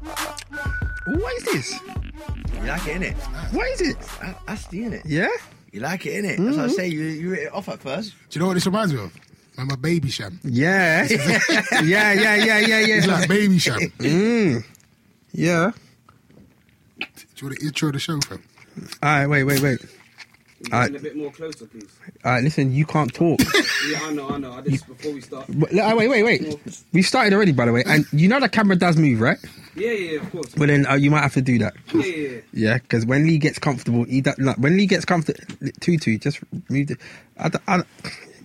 What is this? You like it, innit? What is it? That- That's the innit. Yeah? You like it, innit? That's what I say. You, you wrote it off at first. Do you know what this reminds me of? I'm a baby sham. Yeah. yeah, yeah, yeah, yeah, It's yeah. like baby sham. Do you Yeah. want to intro the show, fam? All right, wait, wait, wait. Can you listen a bit more closer, please. All right, listen, you can't talk. Yeah, I know, I know. I just before we start. But, uh, wait, wait, wait. We've started already, by the way. And you know the camera does move, right? Yeah, yeah, of course. Well, then uh, you might have to do that. Yeah, yeah, yeah. Yeah, because when Lee gets comfortable, he do, like, when Lee gets comfortable, Tutu, just move it. I, d- I d-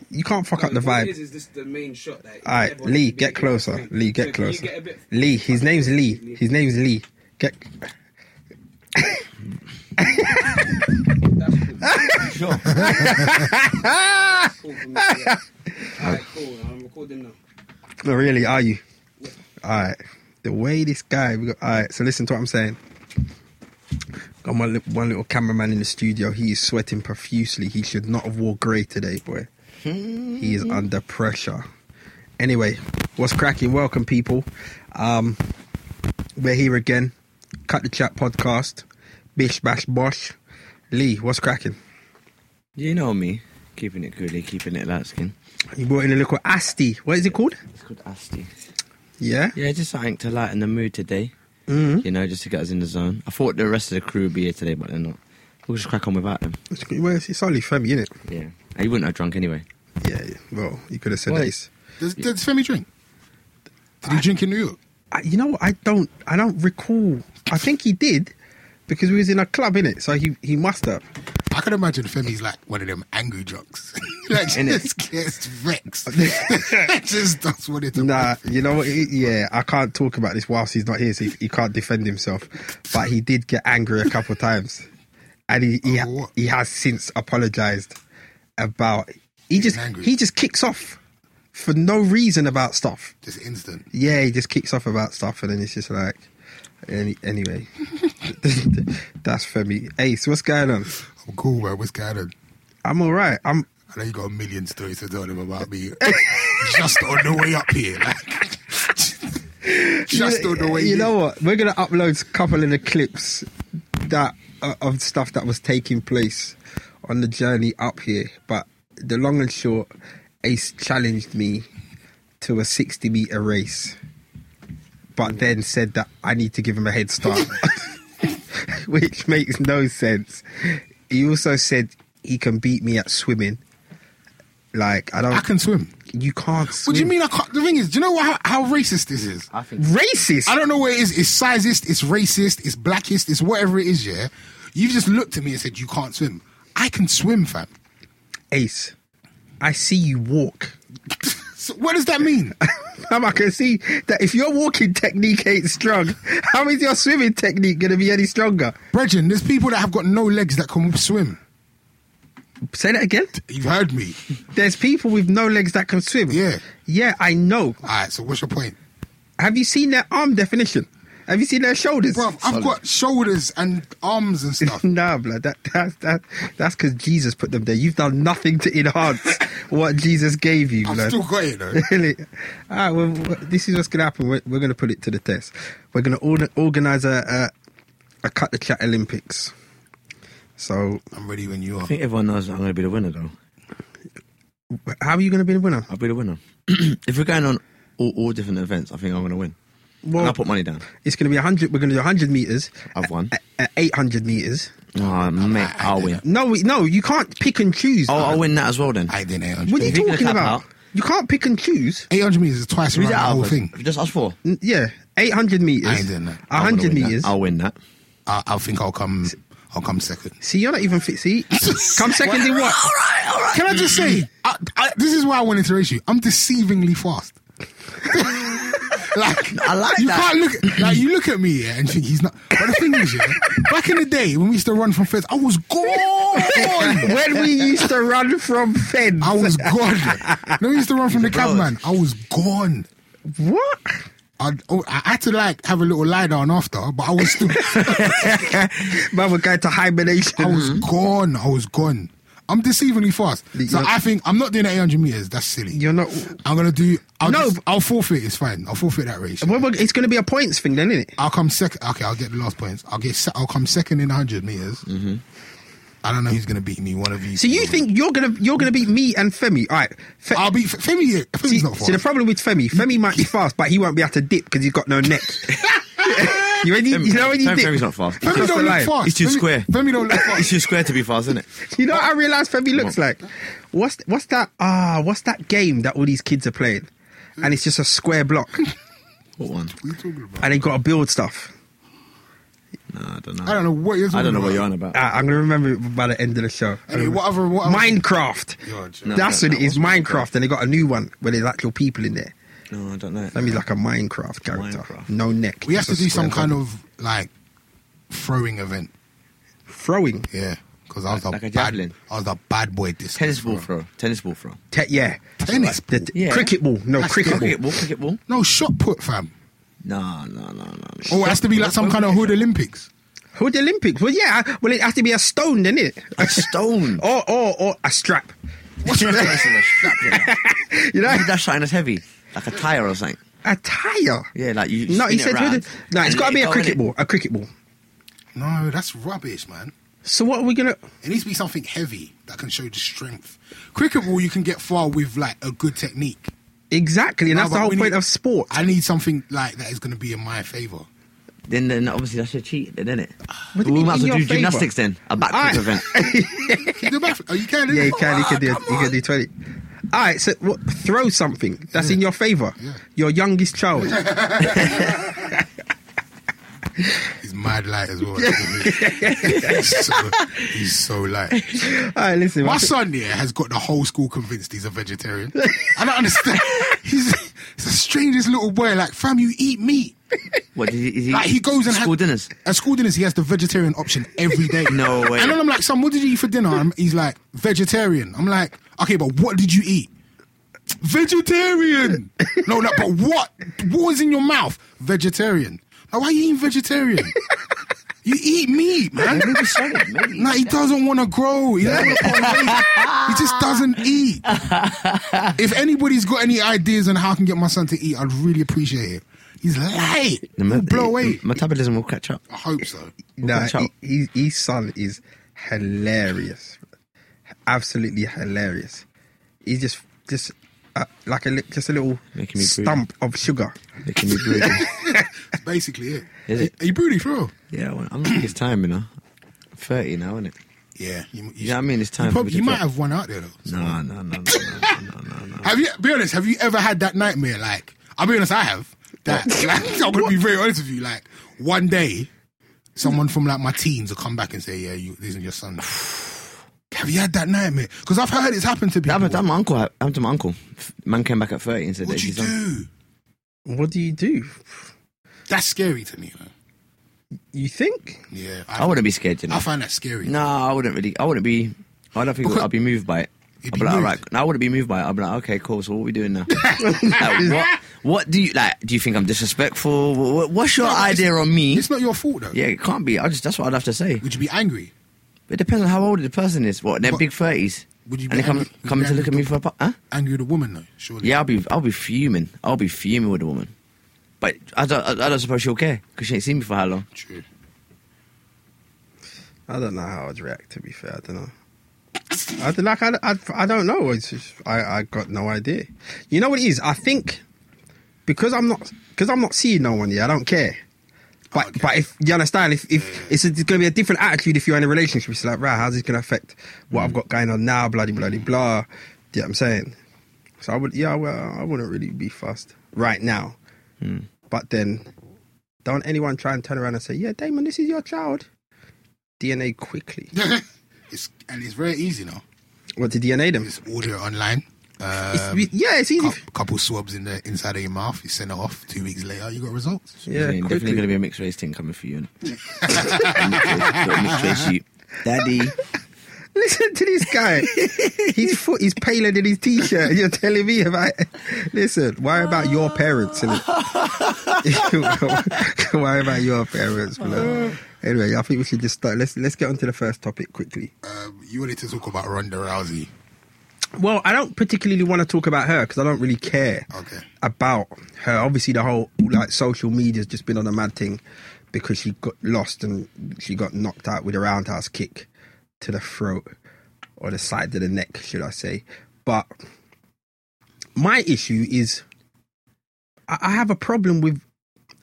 you can't fuck up the No, what it Is, vibe. is this the main shot that? All right, everyone Lee, should get be getting? closer. Lee, So get can you closer. get a bit- Lee, his name's Lee. Lee. His name's Lee. Get. That's cool. Sure. That's cool for me, yeah. All right, cool. I'm recording now. No, really, are you? All right. The way this guy. We got, all right, so listen to what I'm saying. Got my li- one little cameraman in the studio. He is sweating profusely. He should not have wore grey today, boy. he is under pressure. Anyway, what's cracking? Welcome, people. Um, we're here again. Cut the chat podcast. Bish bash bosh. Lee, what's cracking? You know me, keeping it coolie, keeping it light skin. You brought in a little Asti. What is it called? It's called Asti. Yeah. Yeah, just something to lighten the mood today. Mm-hmm. You know, just to get us in the zone. I thought the rest of the crew would be here today, but they're not. We'll just crack on without them. Well, it's only Femi, isn't it? Yeah, and you wouldn't have drunk anyway. Yeah, yeah. well, you could have said Wait. that. It's, Does, does Femi drink? Did he drink in New York? I, you know, what? I don't, I don't recall. I think he did because we was in a club in it, so he he must have. I can imagine Femi's like one of them angry drunks. like, she Innit? just gets vexed. just does what it's Nah, you know what? It- Yeah, I can't talk about this whilst he's not here, so he, he can't defend himself. But he did get angry a couple of times, and he he, Over what? he has since apologized about. He just angry. he just kicks off for no reason about stuff. Just instant. yeah, he just kicks off about stuff, and then it's just like, any, anyway, that's Femi. Ace, what's going on? I'm cool, man. What's going on? I'm all right. I'm I know you got a million stories to tell them about me. just on the way up here. Like, just on the way You here. know what? We're gonna upload a couple of the clips that uh, of stuff that was taking place on the journey up here. But the long and short, Ace challenged me to a 60 meter race, Mm. but then said that I need to give him a head start, which makes no sense. He also said he can beat me at swimming. Like I don't, I can swim. you can't. What Swim. do you mean I can't? The thing is, do you know what, how, how racist this is? I think. Racist. I don't know what it is. It's sizist, it's racist, it's blackist, it's whatever it is, yeah? You've just looked at me and said, you can't swim. I can swim, fam. Ace, I see you walk. So what does that mean? Fam, I can see that if your walking technique ain't strong, how is your swimming technique going to be any stronger? Brethren, there's people that have got no legs that can swim. Say that again. You've heard me. There's people with no legs that can swim. Yeah. Yeah, I know. All right, so what's your point? Have you seen their arm definition? Have you seen their shoulders? Bro, I've got shoulders and arms and stuff. Nah, blood. That, that, that, that's because Jesus put them there. You've done nothing to enhance what Jesus gave you, I've blood. still got it, though. really? All right. Well, w- this is what's going to happen. We're, we're going to put it to the test. We're going to order, organize a, a a cut the chat Olympics. So, I'm ready when you I are. think everyone knows that I'm going to be the winner, though. w- how are you going to be the winner? I'll be the winner. if we're going on all, all different events, I think I'm going to win. and Well, I'll put money down. it's going to be hundred. We're going to do hundred meters. I've won. Eight hundred meters. Oh, mate, I'll win. No, we- no, you can't pick and choose. Oh, I'll win that as well then. I didn't what are you 800. If you're gonna talking tap about? out- You can't pick and choose. 800 meters is twice around Who's the that out whole of? thing. Just us four. N- Yeah, eight hundred meters. I ain't doing that. I'm gonna hundred win that. meters. I'll win that. I, I think I'll come. I'll come second. See, you're not even fit. See, come second in what? Can I just say, I, I, this is why I wanted to race you. I'm deceivingly fast. Like I like you that. can't look at, like you look at me yeah, and think he's not. But the thing is, yeah, back in the day when we used to run from feds, I was gone. when we used to run from feds. I was gone. yeah. No, we used to run from the rogue. cabman. I was gone. what? I'd, oh, I had to like have a little lie down after, but I was still. Mother guy to hibernation. I was gone. I was gone. I'm deceivingly fast. So You're- I think I'm not doing 800 meters. That's silly. You're not. I'm gonna do. I'll No, no, but- I'll forfeit. It's fine. I'll forfeit that race. Well, well, it's going to be a points thing, then, isn't it? I'll come second. Okay, I'll get the last points. I'll get. Se- I'll come second in 100 meters. Mm-hmm. I don't know who's gonna beat me. One of you. So you think you're gonna you're gonna beat me and Femi? All right. Fe- I'll beat F- Femi? Femi's see, Oh, not fast. see, the problem with Femi, Femi might be fast, but he won't be able to dip because he's got no neck. you ready? You know when you Time dip. Femi's not fast. Femi- Femi across the don't look line. fast. He's too Femi- square. Femi don't look It's fast. too square to be fast, isn't it? You know what I realised Femi looks like? What's what's that? Ah, what's that game that all these kids are playing? And it's just a square block, What one? What are you talking about? and they got to build stuff. Nah, I don't know. I don't know what you're talking I don't know about. what you're on about. Ah, I'm gonna remember it by the end of the show. Anyway, what other- what other- Minecraft. You're a joke. That's No, what no, it is. no, what's Minecraft, and they got a new one where there's actual people in there. No, I don't know. That means like a Minecraft character. Minecraft. No neck. We have to just a do some square kind block. of like throwing event. throwing. Yeah, because I was Like a a bad. javelin. I was a bad boy. This Tennis ball throw. Tennis ball throw. Te- yeah. Tennis. The, ball. the- Yeah. Cricket ball. No, That's cricket ball. Cricket ball. Cricket ball. No shot put, fam. Nah, nah, nah, nah. Oh, it has to be like some kind of hood Olympics. Who the Olympics? Well, yeah. I- Well, it has to be a stone, then it? A stone. Or, or, or a strap. What's the difference in a strap? Yeah. You know, Maybe That's something that's heavy, like a tire or something. a tire. Yeah, like you. No, spin he it said. round with the- no, and it's got let to be it a go, cricket innit? ball. A cricket ball. No, that's rubbish, man. So what are we gonna? It needs to be something heavy that can show the strength. Cricket ball, you can get far with like a good technique. Exactly, and No, that's but the whole we point need- of sport. I need something like that is going to be in my favor. Then, then obviously that's a cheat, then, isn't it? What do you we mean might as in well do your favour? gymnastics then, a backflip Aye. event. Can you do backflip? Oh, you can. Yeah, innit? you can. You Oh, can do. come You can on. do twenty. All right, so what, throw something that's in your favour. Yeah. Your youngest child. He's mad light as well. he's, so, he's so light. All right, listen. My man. son here has got the whole school convinced he's a vegetarian. I don't understand. He's, he's the strangest little boy. Like, fam, you eat meat. What did he, is he, Like he goes and school has, dinners? At school dinners, he has the vegetarian option every day. No way. And then I'm like, son, what did you eat for dinner? And he's like, vegetarian. I'm like, okay, but what did you eat? Vegetarian. No, no, but what? What was in your mouth? Vegetarian. Like, why are you eating vegetarian? You eat meat, man. Maybe so, maybe. No, he doesn't want to grow. He, doesn't wanna put on weight. he just doesn't eat. If anybody's got any ideas on how I can get my son to eat, I'd really appreciate it. He's light. The me- He'll blow away. Metabolism will catch up. I hope so. Nah, Watch out. he, he, his son is hilarious, absolutely hilarious. He's just just uh, like a li- just a little Making me broody. stump of sugar. It can be brutal. That's basically it. Is it? Are you broody for real? yeah, well, I'm not it's time, you know. I'm 30 now, isn't it? Yeah. You, you, You know what I mean? It's time you, for prob- me to you might drop. have one out there though. No, no, no, no, no, no, no, no. Have you? Be honest. Have you ever had that nightmare? Like, I'll be honest. I have. That. Like, I'm gonna be very honest with you. Like, one day, someone from like my teens will come back and say, "Yeah, you, this is your son." have you had that nightmare? Because I've heard it's happened to That people. happened to my uncle. uh, That happened to my uncle. Man came back at 30 and said, what that do you he's done. do? What do you do? That's scary to me. Man. You think? Yeah. I wouldn't be scared, you know. I find that scary. No, I wouldn't really. I wouldn't be. I don't think Because- I'd be moved by it. You'd I'd be be like, moved. alright. No, I wouldn't be moved by it. I'd be like, okay, cool. So what are we doing now? like, what? What do you like? Do you think I'm disrespectful? Wha- wha- What's your No, but it's- idea on me? It's not your fault though. Yeah, it can't be. I just that's what I'd have to say. Would you be angry? It depends on how old the person is. What? They're But- big thirties. Would you be and they come angry- would coming you to be look at me for a pu- huh? Angry with a woman though, surely. Yeah, I'll be I'll be fuming. I'll be fuming with a woman. But I don't I, I don't suppose she'll care because she ain't seen me for how long. True. I don't know how I'd react. To be fair, I don't know. I don't, like I, I, I don't know. It's just, I I got no idea. You know what it is? I think because I'm not because I'm not seeing no one. Yeah, I don't care. But Okay. but if you understand, if if it's, it's going to be a different attitude if you're in a relationship, it's like right, how's this going to affect what I've got going on now? Bloody bloody blah. Do you know what I'm saying? So I would yeah, well, I wouldn't really be fussed right now. But then, don't anyone try and turn around and say, yeah, Damon, this is your child. DNA quickly. it's and it's very easy now. What did DNA them? It's order online. um, It's- yeah, it's easy. cou- couple swabs in the inside of your mouth. You send it off. Two weeks later, you got results. Yeah, definitely quickly. going to be a mixed race thing coming for you. innit? mixed race, mixed race you. Daddy, Listen to this guy. his foot is paler than his t-shirt. You're telling me about. Listen, why about your parents? innit? why about your parents? blood? Anyway, I think we should just start. Let's let's get on to the first topic quickly. Um, you wanted to talk about Ronda Rousey. Well, I don't particularly want to talk about her because I don't really care Okay. about her. Obviously, the whole like social media's just been on a mad thing because she got lost and she got knocked out with a roundhouse kick to the throat or the side of the neck, should I say? But my issue is I, I have a problem with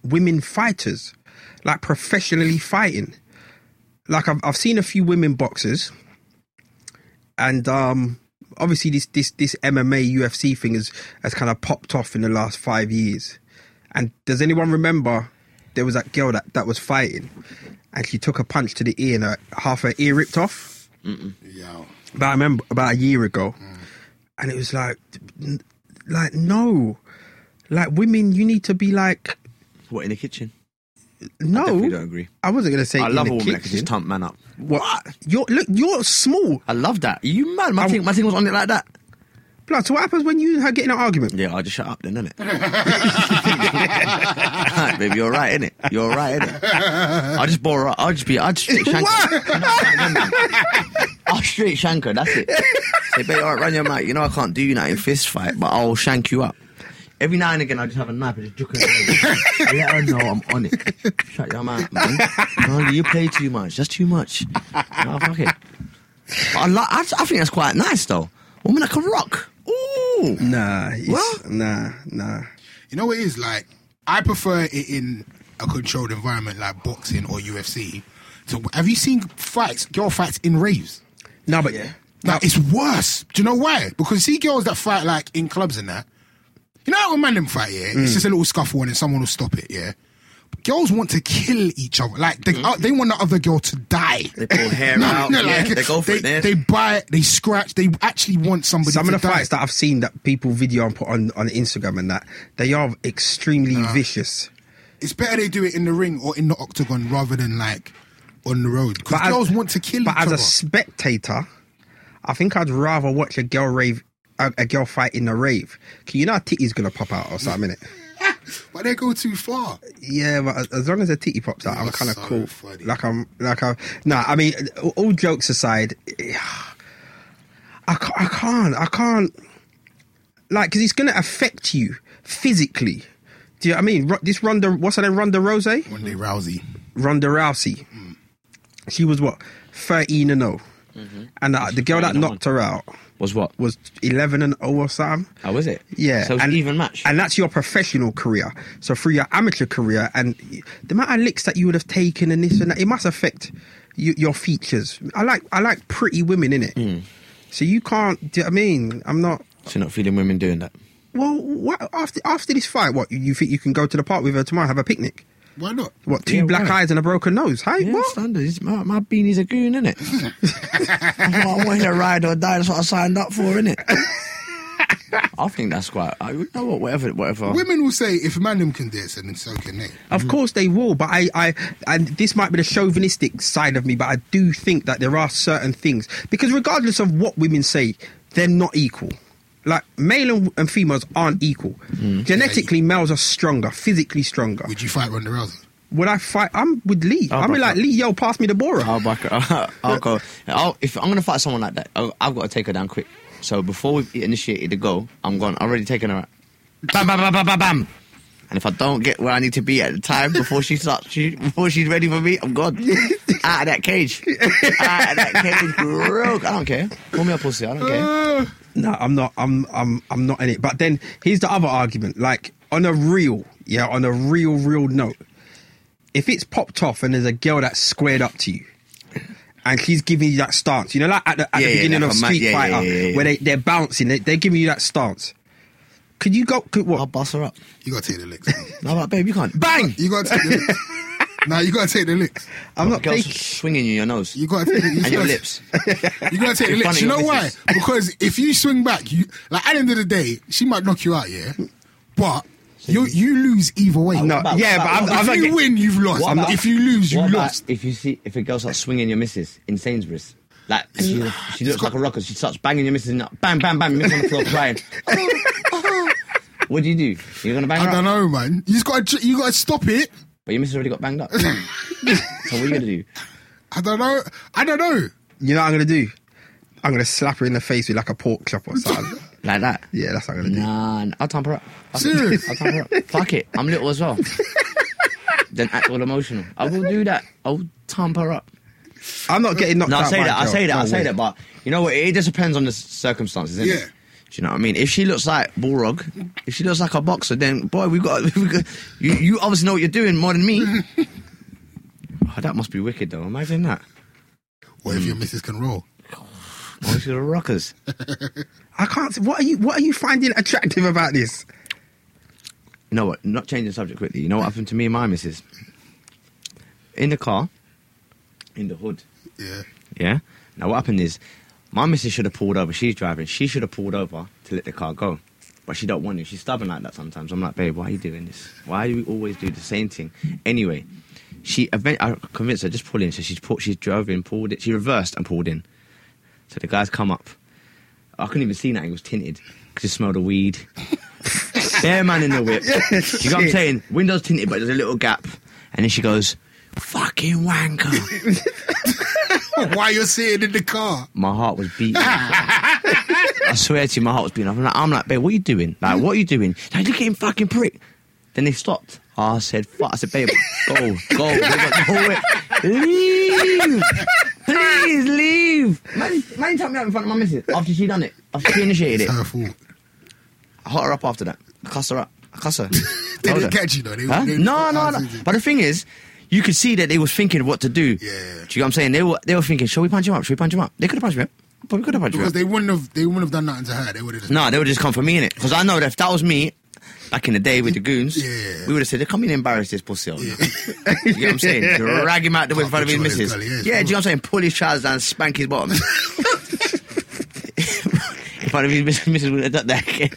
women fighters, like professionally fighting. Like I've I've seen a few women boxers and um obviously this this this MMA UFC thing has has kind of popped off in the last five years. And does anyone remember there was that girl that that was fighting, and she took a punch to the ear and her, half her ear ripped off? Yeah. But I remember about a year ago, Mm. and it was like, n- like no, like women, you need to be like what in the kitchen? I definitely don't no. agree. I, wasn't gonna say I in love a the woman that can kitchen. just tump man up. What? You're look, you're small. I love that. Are you mad? My I- thing, my thing was on it like that. Blood. So what happens when you and her get in an argument? Yeah, I just shut up then, innit? Alright, baby, you're right, innit? You're right, innit? I just bore her. I'll just be, I'll just straight shank her. No, no, no, no. I'll straight shank her, that's it. Say, baby, alright, run your mouth. You know I can't do you that in fist fight, but I'll shank you up. Every now and again, I just have a knife and just juke her. in the leg. Let her know I'm on it. Shut your mouth, man. No, you play too much. That's too much. No, fuck it. But I, like, I, I think that's quite nice, though. Woman that can rock. Ooh. Nah, it's, What? nah, nah. You know what it is like? I prefer it in a controlled environment like boxing or UFC. So have you seen fights, girl fights in raves? No, but Like it's worse. Do you know why? Because you see girls that fight like in clubs and that. You know how when man them fight, yeah? It's just a little scuffle and then someone will stop it, yeah? But girls want to kill each other. Like they, uh, they want the other girl to die. They pull hair out. yeah, they go for they, it. There. they bite, they scratch, they actually want somebody some to of the die. fights that I've seen that people video and put on, on Instagram and that they are extremely vicious. it's better they do it in the ring or in the octagon rather than like on the road because as- girls want to kill But each as other. a spectator, I think I'd rather watch a girl rave, a, a girl fight in a rave. 'Cause you know, a titty's gonna pop out or something. innit? but they go too far. Yeah, but as- as long as a titty pops out, I'm You're kind of so cool. funny. Like I'm, like I'm. Nah, I mean, all jokes aside, I can't, I can't, I can't. Like, because it's gonna affect you physically. Do you know what I mean? Ro- This Ronda, what's her name? Ronda Rose. One day Rousey, Ronda Rousey. She was what thirteen and 0 and uh, the, the girl that 13 and knocked her out was what? was eleven and 0 or something. How was it? Yeah, So it was and- an even match. and that's your professional career. So through your amateur career, and the amount of licks that you would have taken and this and that, it must affect you, your features. I like I like pretty women in it. Hmm. So you can't. Do you know what I mean? I'm not. so you're not feeling women doing that. Well, what, after after this fight, what you- you think you can go to the park with her tomorrow, have a picnic? why not? What two Yeah, black why? eyes and a broken nose? Hey, Yeah, what? standard. It's- My, my beanie's a goon, innit? I want to ride or die. That's what I signed up for, innit? I think that's quite. I you know what, whatever, whatever. Women will say if man them can do it, then so can they. Of course they will, but I, I, and this might be the chauvinistic side of me, but I do think that there are certain things because regardless of what women say, they're not equal. Like male and, and females aren't equal. Genetically, males are stronger, physically stronger. Would you fight Ronda Rousey? Would I fight? I'm with Lee. Oh, I'm but- like Lee. Yo, pass me the Bora. I'll back her. I'll go. I'll, if I'm gonna fight someone like that, I'll, I've got to take her down quick. So before we've initiated the goal, I'm gone. I'm already taking her out. Bam, bam, bam, bam, bam, bam. And if I don't get where I need to be at the time before she starts, she, before she's ready for me, I'm gone. out of that cage. out of that cage, bro. I don't care. Call me a pussy. I don't care. No, I'm not. I'm I'm I'm not in it. But then here's the other argument. Like on a real, yeah, on a real, real note, if it's popped off and there's a girl that's squared up to you. And she's giving you that stance, you know, like at the, at Yeah, the yeah, beginning like of a ma- Street yeah, yeah, Fighter, yeah, yeah, yeah. where they, they're bouncing, they, they're giving you that stance. Could you go? Could, I'll what? bust her up. You gotta take the licks. man. No, like, babe, you can't. Bang! you gotta take the licks. Nah, you gotta take the licks. I'm not Girls taking. are swinging you your nose You gotta take the, you and your gotta- lips. You gotta take the You're licks. funny, You know your why? missus. Because if you swing back, you like at the end of the day, she might knock you out, yeah. But you you lose either way. No, about- yeah, but what about- I'm, I'm if not you getting. win, you've lost. What about- if you lose, you What about lost. if you see if a girl starts swinging your missus in Sainsbury's? Like she, she looks got- like a rocker. She starts banging your missus, and bam, bam, bam, your missus on the floor crying. what do you do? You're gonna bang her I up? don't know, man. You just gotta you gotta stop it. But your missus already got banged up. so what are you gonna do? I don't know. I don't know. You know what I'm gonna do? I'm gonna slap her in the face with like a pork chop or something. Like that? yeah, that's what I'm gonna do. Nah, nah, I'll tamp her up. I'll, Serious? I'll tamp her up. Fuck it. I'm little as well. then act all emotional. I will do that. I'll tamp her up. I'm not getting knocked No, out. I say by a that. I girl. say that. No I say way. that. But you know what? It just depends on the s- circumstances. Isn't Yeah. It? Do you know what I mean? If she looks like Bullrog, if she looks like a boxer, then boy, we got, we got you. You obviously know what you're doing more than me. Oh, that must be wicked, though. Imagine that. What if your missus can roll? Oh, she's the rockers. I can't. What are you? What are you finding attractive about this? You know what? Not changing the subject quickly. You know what happened to me and my missus? In the car, in the hood. Yeah. Yeah. Now what happened is, my missus should have pulled over. She's driving. She should have pulled over to let the car go, but she don't want to. She's stubborn like that sometimes. I'm like, babe, why are you doing this? Why do we always do the same thing? Anyway, she event. I convinced her just pull in. So she's pulled. She's drove in, pulled it. She reversed and pulled in. So the guys come up. I couldn't even see nothing. It was tinted. Could just smell the weed. Bare man in the whip. you know what I'm saying? Windows tinted, but there's a little gap. And then she goes, "Fucking wanker." Why you're sitting in the car? my heart was beating. I swear to you, my heart was beating. I'm like, I'm like, babe, what are you doing? Like, what are you doing? Like, look at him, fucking prick. Then they stopped. I said, fuck. I said, babe, go, go. They got the whole way- Leave. Please leave. Man, man, tell me out in front of my missus after she done it. After she initiated it. Her fault. I hot her up after that. I cuss her up. I cuss her. They Told didn't her. catch you though. They, Huh? they- No, no, no. they- But the thing is, you could see that they was thinking what to do. Do Yeah. you know what I'm saying? They were they were thinking, shall we punch him up? Shall we punch him up? They could have punched me up. But we could have punched him because up. they wouldn't have they wouldn't have done nothing to her. They would have just No, they would just come for me in it. Because I know that if that was me back in the day with the goons, Yeah. we would have said, come in and embarrass this pussy. old man." you know what I'm saying? Drag him out the way in front of his Can't control his missus. gully, yes, yeah, do you bro. know what I'm saying? Pull his trousers down, spank his bottom. in front of his missus, missus would have done that again.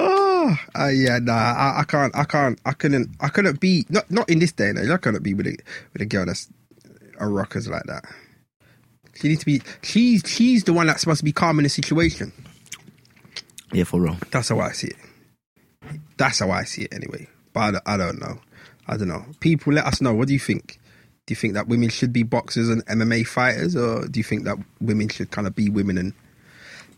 Oh, uh, yeah, nah, I, I can't, I can't, I couldn't, I couldn't be not not in this day and age. I couldn't be with a with a girl that's a rockers like that. She needs to be. She's she's the one that's supposed to be calming the situation. Yeah, for real. That's how I see it. That's how I see it, anyway. But I don't, I don't know. I don't know. People, let us know. What do you think? Do you think that women should be boxers and MMA fighters, or do you think that women should kind of be women and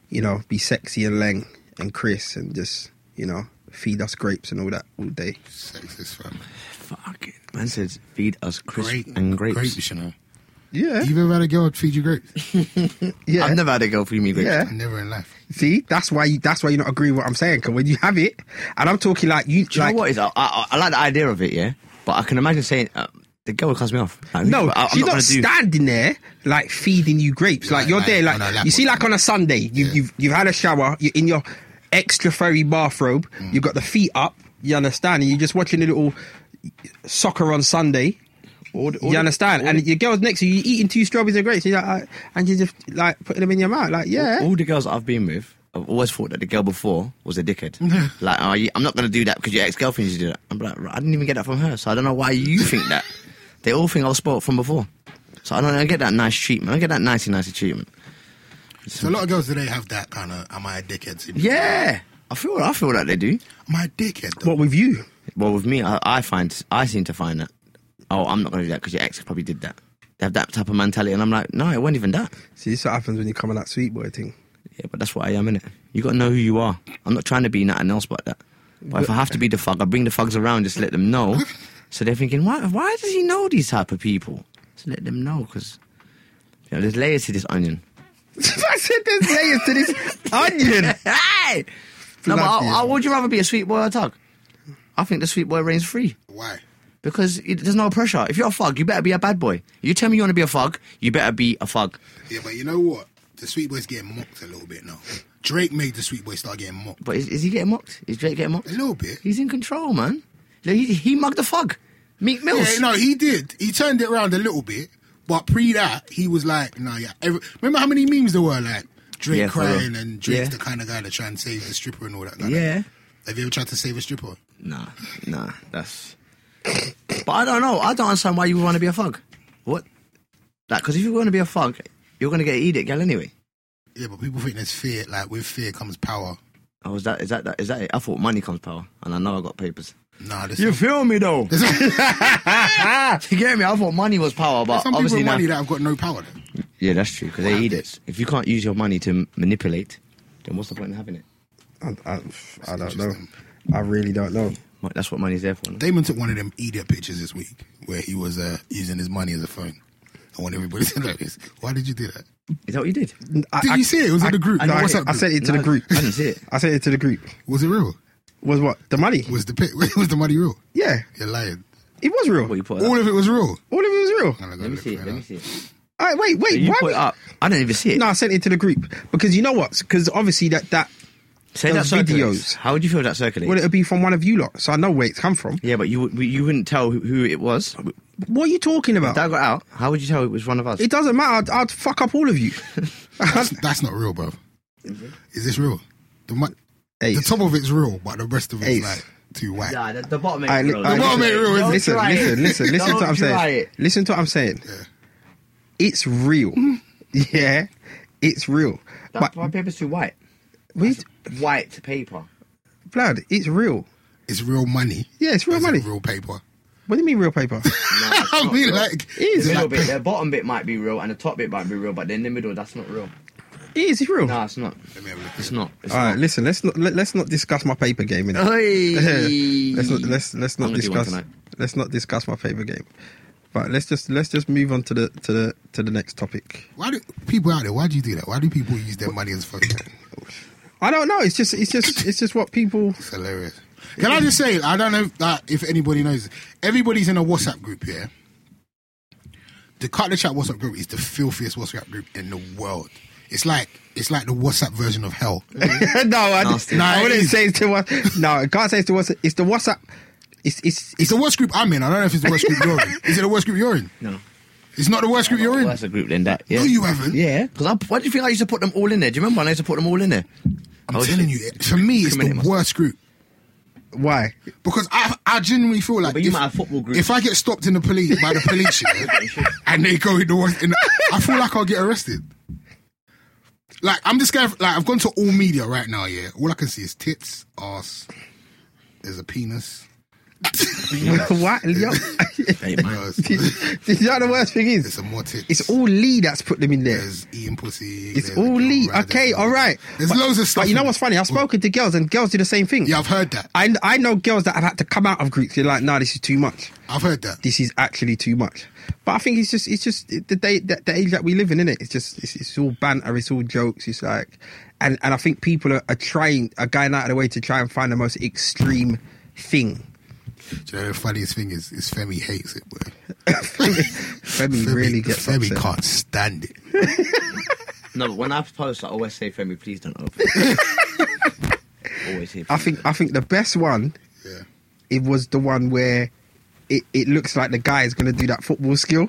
you know be sexy and lang and Chris and just you know feed us grapes and all that all day? sexist fam. Fuck it. Man says, feed us crisps Great and grapes. you know. Yeah, You've ever had a girl feed you grapes? yeah, I've never had a girl feed me grapes. yeah. Never in life. See, that's why you, that's why you're not agreeing with what I'm saying. Because when you have it, and I'm talking like you, Do you like know what is? I, I, I like the idea of it, yeah, but I can imagine saying uh, the girl will cuss me off. Like, No, I, I'm she's not, gonna do- standing there like feeding you grapes. Like Like- you're like there, on her like lap you see, or like on a Sunday, you, Yeah. you've you've had a shower, you're in your extra furry bathrobe, you've got the feet up. You understand? And you're just watching a little soccer on Sunday. All the- all You the- understand? all And the- your girl's next to you, you're eating two strawberries and grapes, and you're like, uh, and you're just like putting them in your mouth. Like, yeah, all the girls I've been with, I've always thought that the girl before was a dickhead. like, oh, you, I'm not going to do that because your ex girlfriend used to do that. I'm like, right, I didn't even get that from her, so I don't know why you think that. They all think I was spoilt from before, so I don't, I don't get that nice treatment. I don't get that nicey nicey treatment. So a lot of girls today have that kind of am I a dickhead? syndrome. Mm. Yeah, I feel I feel like they do. Am I a dickhead? Though? what with you? Well, with me, I, I find I seem to find that. Oh, I'm not going to do that because your ex probably did that. They have that type of mentality, and I'm like, no, it wasn't even that. See, this is what happens when you come on that sweet boy thing. Yeah, but that's what I am, innit? You gotta know who you are. I'm not trying to be nothing else but that. But, if I have to be the thug, I bring the thugs around just to let them know. so they're thinking, why? Why does he know these type of people? Just let them know, because you know, there's layers to this onion. I said there's layers to this onion. hey, no, but Bloody I, I, hell. would you rather be a sweet boy or a thug? I think the sweet boy reigns free Why? because it, there's no pressure. If you're a thug, you better be a bad boy. You tell me you want to be a thug, you better be a thug. Yeah, but you know what? The sweet boy's getting mocked a little bit now. Drake made the sweet boy start getting mocked But is, is he getting mocked? Is Drake getting mocked? a little bit. He's in control, man. He, he mugged the fug. Meek Mills. Yeah, no, he did. He turned it around a little bit, but pre that, he was like, no, yeah. Every, remember how many memes there were? Like, Drake Yeah, for real. crying and Drake's Yeah. the kind of guy that try and save the stripper and all that. Kind Yeah. Have you ever tried to save a stripper? Nah, nah, that's. but I don't know. I don't understand why you want to be a thug. What? Like, because if you're going to be a thug, you're going to get edict, gal, anyway. Yeah, but people think there's fear. Like, with fear comes power. Oh, is that, is that, is that it? I thought money comes power, and I know I got papers. Nah, there's You some, feel me, though? there's some, there's you get me? I thought money was power, but some people obviously with now. money that have got no power. Then. Yeah, that's true, because they eat it. If you can't use your money to m- manipulate, then what's the point in having it? I, I, I don't know. I really don't know. Mo- That's what money's there for. no? Damon took one of them idiot pictures this week where he was uh, using his money as a phone. I want everybody to know this. Why did you do that? Is that what you did? I, Did I- you see it? It was in the group. I, the no, I, WhatsApp I group. sent it to No, the group. I didn't see it. I sent it to the group. Was it real? Was what the money? Was the pic, was the money real? Yeah, You're lying. it was real. What you put it All up? of it was real. All of it was real. I'm gonna go Let me look see it. for it Let now. me see it. All right, wait, wait. You why put would- it up. I didn't even see it. No, I sent it to the group because you know what? Because obviously that that Say those that circulates. videos. How would you feel that circulates? well, it'll be from one of you lot, so I know where it's come from. yeah, but you would- you wouldn't tell who- who it was. Uh, If What are you talking about? that got out. How would you tell it was one of us? It doesn't matter. I'd, I'd fuck up all of you. That's, that's not real, bro. Is this real? The, mu- the Ace. top of it's real, but the rest of it's Ace. like too whack. Nah, the, the bottom ain't Aight, real. li- aight, Don't bottom ain't real, is don't it? listen, try it. listen, listen, listen to Don't what I'm try saying. it. Listen to what I'm saying. It's real. Yeah, it's real. That's But why paper's too white. we, White paper. blood, it's real. It's real money. Yeah, it's real Is it money. real paper. What do you mean real paper? I mean, like, The is. middle bit, the bottom bit might be real, and the top bit might be real, but then the middle, that's not real. It is. It's real. Nah, it's not. Let me have a look. It's not. It's All right, not. listen. Let's not let, let's not discuss my paper game. Innit? Oi. let's not let's let's I'm not gonna do one discuss tonight. let's not discuss my paper game. But let's just let's just move on to the to the to the next topic. why do people out there? Why do people out there? Why do people use their money as fucking? I don't know. It's just it's just it's just what people. It's hilarious. Can I just say? I don't know if, that if anybody knows. Everybody's in a WhatsApp group here. The Cutler Chat WhatsApp group is the filthiest WhatsApp group in the world. It's like it's like the WhatsApp version of hell. no, I, Nasty. no, I Nah, it wouldn't is. say it's to what. No, I can't say it's to WhatsApp. It's the WhatsApp. It's it's It's the worst group I'm in. I don't know if it's the worst group you're in. Is it the worst group you're in? No. It's not the worst group you're Well, in. that's a group then, that. Yeah. No, you haven't. Yeah. Because why do you think I used to put them all in there? Do you remember when I used to put them all in there? I'm telling you, it- for me, it's Criminate the myself. worst group why because I I genuinely feel like But you if, might have football groups. if I get stopped in the police by the police yeah, and they go in the, worst- in the I feel like I'll get arrested. Like I'm just going like I've gone to all media right now. Yeah, all I can see is tits, ass. There's a penis. why. Yo, Hey, man. There's, you know what the worst thing there's is? some more tits. It's all Lee that's put them in there. There's eating pussy. It's there's a all girl Lee. riding. Okay, all right. There's But- loads of stuff. But you know in what's there. funny? I've Well, spoken to girls, and girls do the same thing. Yeah, I've heard that. I, I know girls that have had to come out of groups. They're like, nah, this is too much. I've heard that. This is actually too much. But I think it's just it's just the day the, the age that we live in, innit? It's just it's, it's all banter, it's all jokes. It's like, and and I think people are, are trying are going out of the way to try and find the most extreme thing. Do you know the funniest thing is, is Femi hates it, boy. Femi, really gets Femi upset. can't stand it. No, but when I post, I always say, Femi, please don't open. always say, I think I think the best one Yeah. it was the one where it, it looks like the guy is going to do that football skill,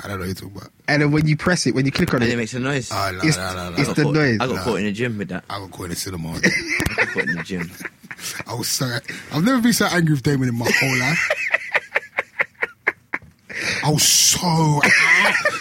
I don't know what you're talking about. and then when you press it, when you click on And it it, makes a noise. Oh, no, It's- no, no, no. I it's got the caught, noise. I got caught in the gym with that. I would call it a cinema. I got caught in the gym. I was so. I've never been so angry with Damon in my whole life. I was so.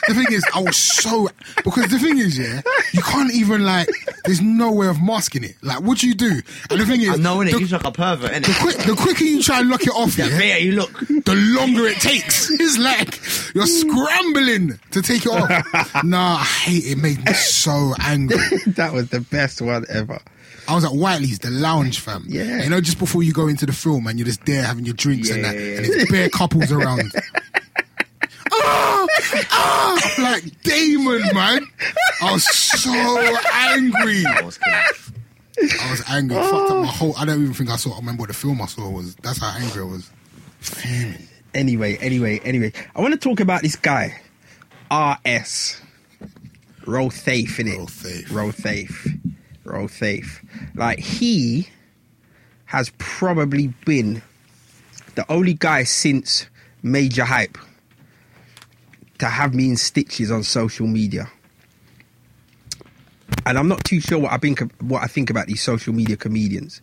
The thing is, I was so because the thing is, yeah, you can't even like. There's no way of masking it. Like, what do you do? And the thing is, I know, innit? the, You look like a pervert, the innit? quick, the quicker you try and lock it off, The yeah, better you look. the longer it takes. It's like you're scrambling to take it off. Nah, I hate it. it. Made me so angry. that was the best one ever. I was at Whiteley's, the lounge, fam. Yeah. You know, just before you go into the film and you're just there having your drinks and that, and it's bare couples around. oh, oh, like Damon, man. I was so angry. I was kidding. I was angry. Fucked up my whole. I don't even think I saw. I remember what the film I saw was. That's how angry I was. Fuming. Anyway, anyway, anyway, I want to talk about this guy, RS. Roll safe in it. Roll Thafe. Roll safe. Roll safe. Like he has probably been the only guy since major hype to have me in stitches on social media. And I'm not too sure what I think what I think about these social media comedians.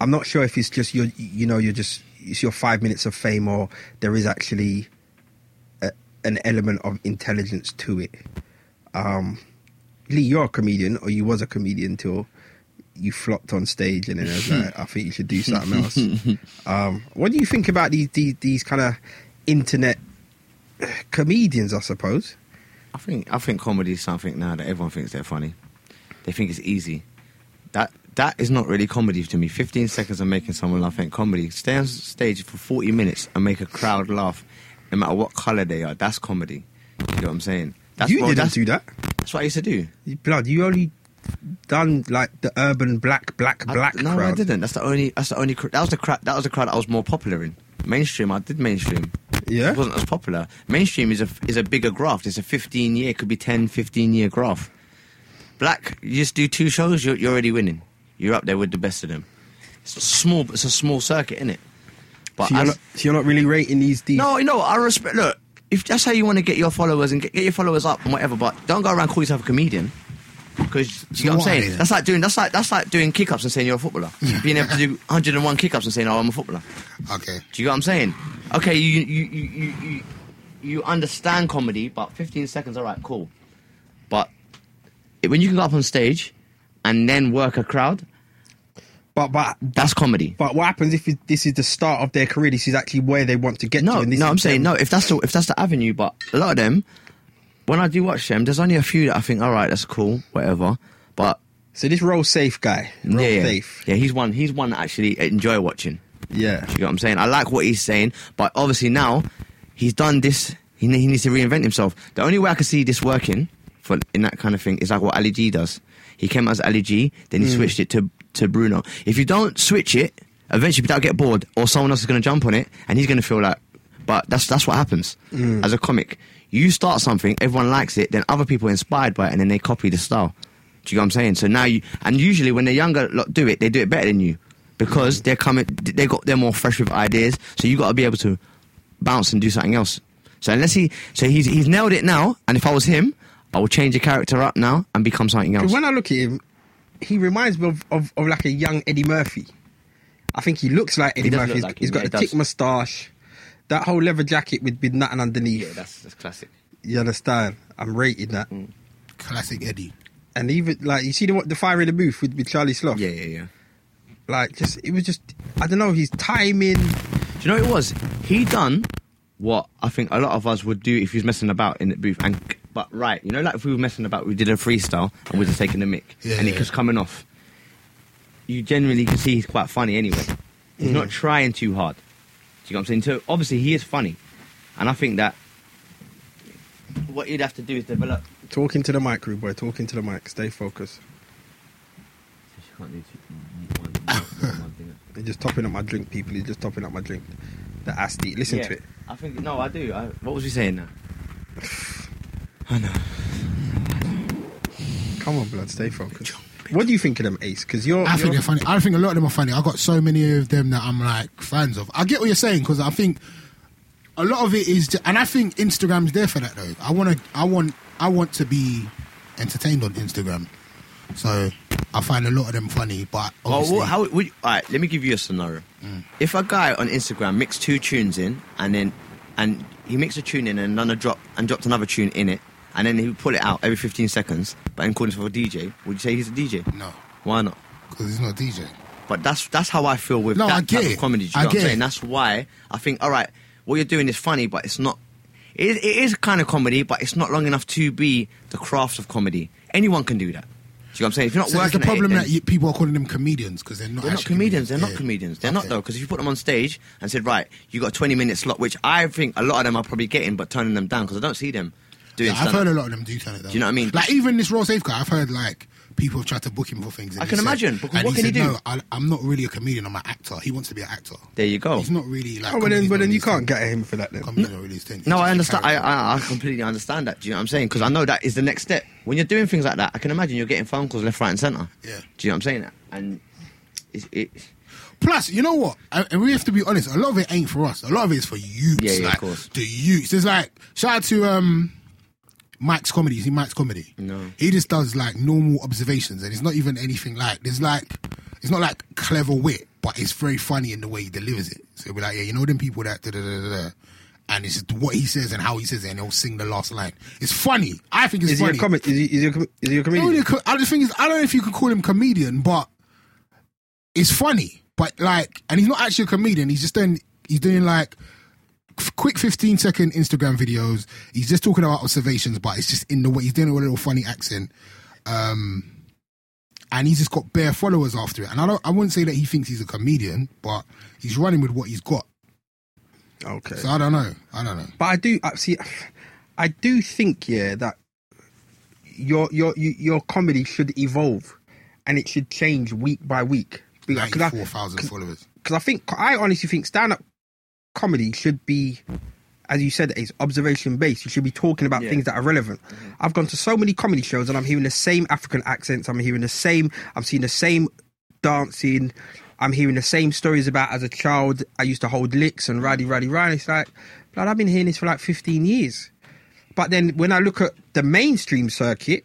I'm not sure if it's just your you know you're just it's your five minutes of fame or there is actually a, an element of intelligence to it. Um, Lee, you're a comedian or you was a comedian till you flopped on stage and then I was like, I think you should do something else. um, what do you think about these these, these kind of internet comedians? I suppose. I think I think comedy is something now that everyone thinks they're funny. They think it's easy. That that is not really comedy to me. Fifteen seconds of making someone laugh ain't comedy. Stay on stage for forty minutes and make a crowd laugh, no matter what color they are. That's comedy. You know what I'm saying? That's you what, didn't that's, do that. That's what I used to do. Blood, you only done like the urban black, black, I- black no, crowd. I didn't. That's the only. That's the only. cr- That was the crowd. That was the crowd I was more popular in. Mainstream. I did mainstream. Yeah? It wasn't as popular. Mainstream is a is a bigger graft. It's a 15 year, could be 10, 15 year graft. Black, you just do two shows, you're, you're already winning. You're up there with the best of them. It's a small. It's a small circuit, innit? But So you're, as- not, so you're not really rating these. these no, you know, what, I respect. Look, if that's how you want to get your followers and get, get your followers up and whatever, but don't go around calling yourself a comedian. Because you know what I'm why saying. then? That's like doing that's like that's like doing kick ups and saying you're a footballer. Being able to do 101 kick ups and saying, "Oh, I'm a footballer." Okay. Do you know what I'm saying? Okay, you you you you you, you understand comedy, but 15 seconds, all right, cool. But it- when you can go up on stage and then work a crowd, but but that's comedy. but what happens if it, this is the start of their career? This is actually where they want to get to. No, and this no, is I'm saying them- no. If that's the if that's the avenue, but a lot of them, when I do watch them, there's only a few that I think, all right, that's cool, whatever. But So this roll safe guy, roll yeah, yeah, safe, yeah, he's one. He's one that I actually enjoy watching. yeah. You know what I'm saying? I like what he's saying, but obviously now he's done this. He, ne- he needs to reinvent himself. The only way I can see this working for in that kind of thing is like what Ali G does. He came out as Ali G, then he switched it to to Bruno. If you don't switch it, eventually people get bored, or someone else is going to jump on it, and he's going to feel like. But that's that's what happens as a comic. You start something, everyone likes it, then other people are inspired by it, and then they copy the style. Do you know what I'm saying? So now you, and usually when the younger lot do it, they do it better than you because they're coming, they got they're more fresh with ideas. So you got to be able to bounce and do something else. So unless he, so he's he's nailed it now. And if I was him, I would change the character up now and become something else. When I look at him, he reminds me of, of, of like a young Eddie Murphy. I think he looks like Eddie does Murphy. look He's- like him, he's got yeah, a he thick does. moustache, that whole leather jacket with, with nothing underneath. that's Mm. that's classic. you understand? I'm rating that. Classic Eddie. And even like you see the what the fire in the booth with, with Charlie Slough. Yeah, yeah, yeah. Like just it was just I don't know his timing. Do you know what it was? He done what I think a lot of us would do if he was messing about in the booth. And but right, you know, like if we were messing about, we did a freestyle and we are just taking the mic, Yeah, and it yeah. was coming off. You generally can see he's quite funny anyway. He's not trying too hard. Do you know what I'm saying? So obviously he is funny, and I think that what you'd have to do is develop. Talking to the mic, rude boy. Talking to the mic. Stay focused. He's just topping up my drink, people. He's just topping up my drink. The Asti. Listen Yeah. to it. I think no, I do. I, what was he saying now? Come on, blood. Stay focused. What do you think of them, Ace? Because you're. I think you're- they're funny. I think a lot of them are funny. I got so many of them that I'm like fans of. I get what you're saying because I think a lot of it is, ju- and I think Instagram's there for that though. I want to, I want, I want to be entertained on Instagram. So I find a lot of them funny, but Well, obviously, Mm. what, how would you, all right? Let me give you a scenario. If a guy on Instagram mixed two tunes in, and then and he mixed a tune in and another drop and dropped another tune in it, and then he would pull it out every 15 seconds, but in accordance with a DJ, would you say he's a DJ? no, Why not? because he's not a DJ. But that's that's how I feel with No, that I get type it. of comedy. Do you I know what I'm get it. saying? That's why I think, all right, what you're doing is funny, but it's not. It, is- it is kind of comedy, but it's not long enough to be the craft of comedy. Anyone can do that. Do you know what I'm saying? If you're not So it's working the at it, problem then- that you, people are calling them comedians because they're not. they're not actually comedians. They're not Yeah. comedians. They're Okay. not though, because if you put them on stage and said, "Right, you got a twenty minute slot," which I think a lot of them are probably getting, but turning them down because I don't see them doing. Yeah, I've stand-up. heard a lot of them do turn it down. Do you know what I mean? Like even this Raw Safe guy, I've heard like people have tried to book him for things. And I he can said- imagine, because and what he can he said, do? No, I, I'm not really a comedian. I'm an actor. He wants to be an actor. There you go. He's not really like. Oh, but then, comedy's but then not really you his thing. can't get him for that then. Comedy's not really his thing. It's No, just I a understand. I, character. I I completely understand that. Do you know what I'm saying? Because I know that is the next step. When you're doing things like that, I can imagine you're getting phone calls left, right, and centre. Yeah. Do you know what I'm saying? And it's, it, Plus, you know what? And and we have to be honest. A lot of it ain't for us. A lot of it's for youths. Yeah, yeah, of like, course. The youths. It's like shout out to um, Mike's comedy. You see Mike's comedy. No, he just does like normal observations, and it's not even anything like. There's like, it's not like clever wit, but it's very funny in the way he delivers it. So he'll be like, yeah, you know them people that da da da da. da. And it's just what he says and how he says it, and he'll sing the last line. It's funny. I think it's Is he funny. a comic? Is he, is he, a, com- is he a The comedian? only co- I just think is I don't know if you could call him comedian, but it's funny. But like, and he's not actually a comedian. He's just doing he's doing like f- quick fifteen second Instagram videos. He's just talking about observations, but it's just in the way he's doing it with a little funny accent. Um, and he's just got bare followers after it. And I don't I wouldn't say that he thinks he's a comedian, but he's running with what he's got. Okay. So I don't know. I don't know. But I do I- see. I do think yeah that your your you- your comedy should evolve, and it should change week by week. Because I- Ninety four thousand followers. because I think I honestly think stand up comedy should be, as you said, it's observation based. You should be talking about things that are relevant. I've gone to so many comedy shows and I'm hearing the same African accents. I'm hearing the same. I'm seeing the same dancing. I'm hearing the same stories about as a child. I used to hold licks and raddy raddy raddy. It's like, blood. I've been hearing this for like 15 years. But then when I look at the mainstream circuit,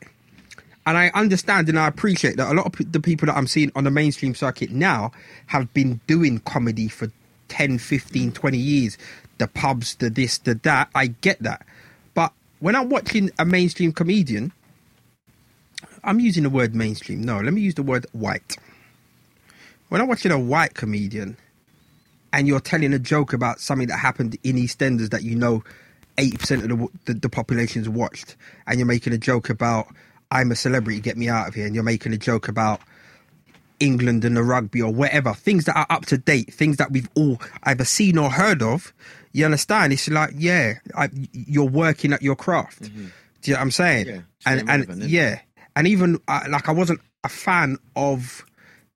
and I understand and I appreciate that a lot of pe- the people that I'm seeing on the mainstream circuit now have been doing comedy for 10, 15, 20 years. The pubs, the this, the that. I get that. But when I'm watching a mainstream comedian, I'm using the word mainstream. No, let me use the word white. When I'm watching a white comedian and you're telling a joke about something that happened in EastEnders that you know 80% of the, the, the population's watched, and you're making a joke about, I'm a celebrity, get me out of here, and you're making a joke about England and the rugby or whatever, things that are up to date, things that we've all either seen or heard of, you understand? It's like, yeah, I, you're working at your craft. Do you know what I'm saying? Mm-hmm. Yeah, and same and relevant, innit? yeah, and even uh, like I wasn't a fan of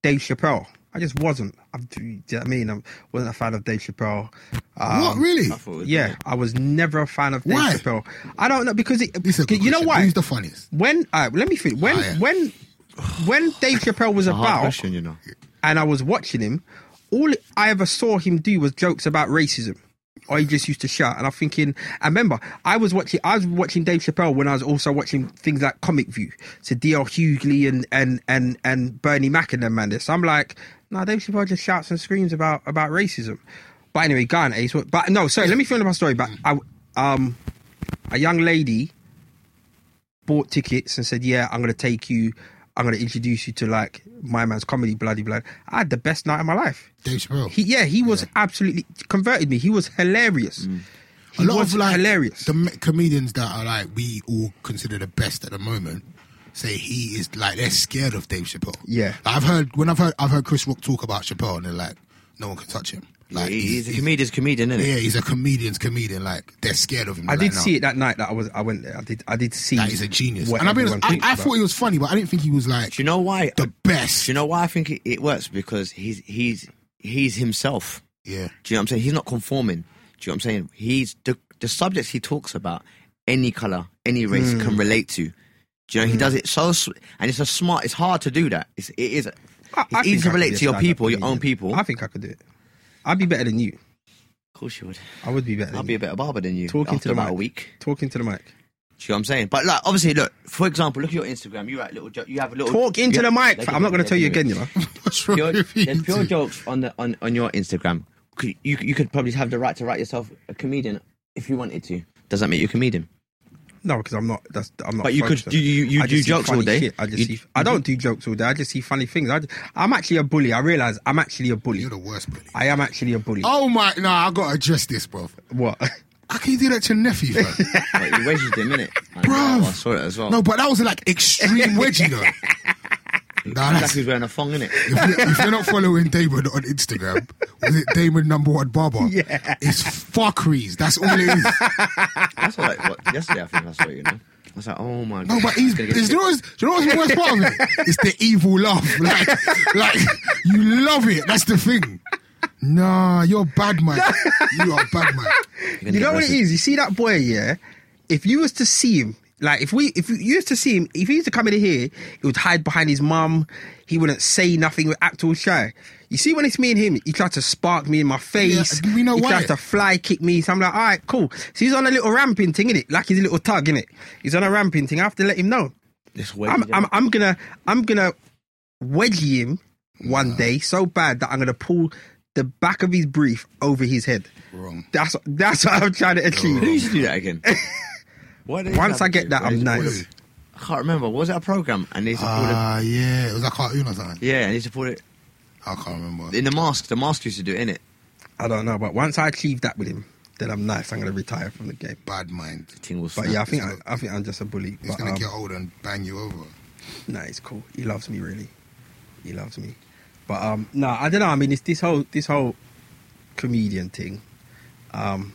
Dave Chappelle. I just wasn't. I've, do you know what I mean? I wasn't a fan of Dave Chappelle. Um, what really? I thought it was- yeah, I was never a fan of Dave Why? Chappelle. I don't know because it, This is a good you know question. why Who's the funniest? when uh, let me think when Oh, yeah. when when Dave Chappelle was Hard about question, you know. and I was watching him, all I ever saw him do was jokes about racism. Or he just used to shout, and I'm thinking. I remember I was watching. I was watching Dave Chappelle when I was also watching things like Comic View, so DL Hughley and and and and Bernie Mac and them man. This, I'm like, nah, Dave Chappelle just shouts and screams about about racism. But anyway, gone. Ace. But no, sorry. Let me finish my story. But I, um, a young lady bought tickets and said, "Yeah, I'm gonna take you. I'm gonna introduce you to like my man's comedy, bloody blood." I had the best night of my life. Dave Chappelle. He, yeah, he was absolutely converted me. He was hilarious. He a lot was of like hilarious. the m- comedians that are like we all consider the best at the moment say he is like they're scared of Dave Chappelle. Yeah. Like, I've heard when I've heard I've heard Chris Rock talk about Chappelle and they're like no one can touch him. Like He's a comedian's comedian, isn't yeah, he? he's a comedian's comedian. Like they're scared of him. I Like, did no, see it that night that I was. I went there. I did. I did see. That he's a genius. what and I mean, everyone I, thinks I about. thought he was funny, but I didn't think he was like Do you know why? the best. Do you know why I think it, it works? Because he's he's he's himself. Do yeah, you know what I'm saying? He's not conforming. Do you know what I'm saying? He's the the subjects he talks about, any color, any race Hmm. can relate to. Do you know he does it so, s- and it's a smart. It's hard to do that. It's, it is. It's I- I think easy to I could be relate a to your stand-up people, your comedian. own people. I think I could do it. I'd be better than you. of course you would. I would be better. I'll Than be you. a better barber than you. Talking to after the about mic. a week. Talking to the mic. Do you know what I'm saying? But like, obviously, look. For example, look at your Instagram. You write little. Jo- you have a little. Talk into you- the mic. They fam. I'm not going can- they to tell you can do again. it. You know. what's wrong Pure, with you there's pure two? jokes on the on, on your Instagram. Could- You you could probably have the right to write yourself a comedian if you wanted to. Does that make you a comedian? No, because I'm not. That's I'm not. But you could- focused on it. you- you- you I do just see jokes all funny day. shit. I just You- see. I don't do jokes all day. I just see funny things. I, am actually a bully. I realize I'm actually a bully. You're the worst bully. I am actually a bully. Oh my! No, I gotta address this, bro. What? How can you do that to your nephew? Bro? But you wedged him in it, Bruv. I saw it as well. No, but that was like extreme wedgie though. nah, Like that's, he was wearing a thong in it. if, you, if you're not following Damon on Instagram, was it Damon number one barber? Yeah. It's fuckeries. That's all it is. That's all like what, yesterday. I think I saw it. You know, I was like, oh my god. No, but he's, It's gonna get it's, you, know what's, you know what's the worst part of it? It's the evil laugh. Like, like you love it. That's the thing. Nah, you're bad, man. You are bad, man. gonna you get know what it roasted. is? You see that boy, yeah? If you was to see him, like if we if you used to see him, if he used to come in here, he would hide behind his mum, he wouldn't say nothing, would act all shy. You see, when it's me and him, he tried to spark me in my face. Yeah, we know he why. tries to fly kick me. So I'm like, all right, cool. So he's on a little ramping thing, innit? Like he's a little tug, innit? He's on a ramping thing. I have to let him know. This way. I'm, I'm, I'm gonna, I'm gonna wedgie him one day so bad that I'm gonna pull the back of his brief over his head. Wrong. That's that's what I'm trying to achieve. Who used to do that again? Why did they Once I have get to? that, I'm Why did- nice. I can't remember. What was that a program? And they used to call Uh, it. Ah, yeah. It was a cartoon or something. Yeah, and they used to call it I can't remember. in the mask. The mask used to do it, innit? I don't know, but once I achieve that with him, then I'm nice. I'm gonna retire from the game. Bad mind. Thing was. But yeah, I think I, I think I'm just a bully. It's But, gonna um, get old and bang you over. Nah, it's cool. He loves me really. He loves me. But um no, I don't know. I mean, it's this whole this whole comedian thing. Um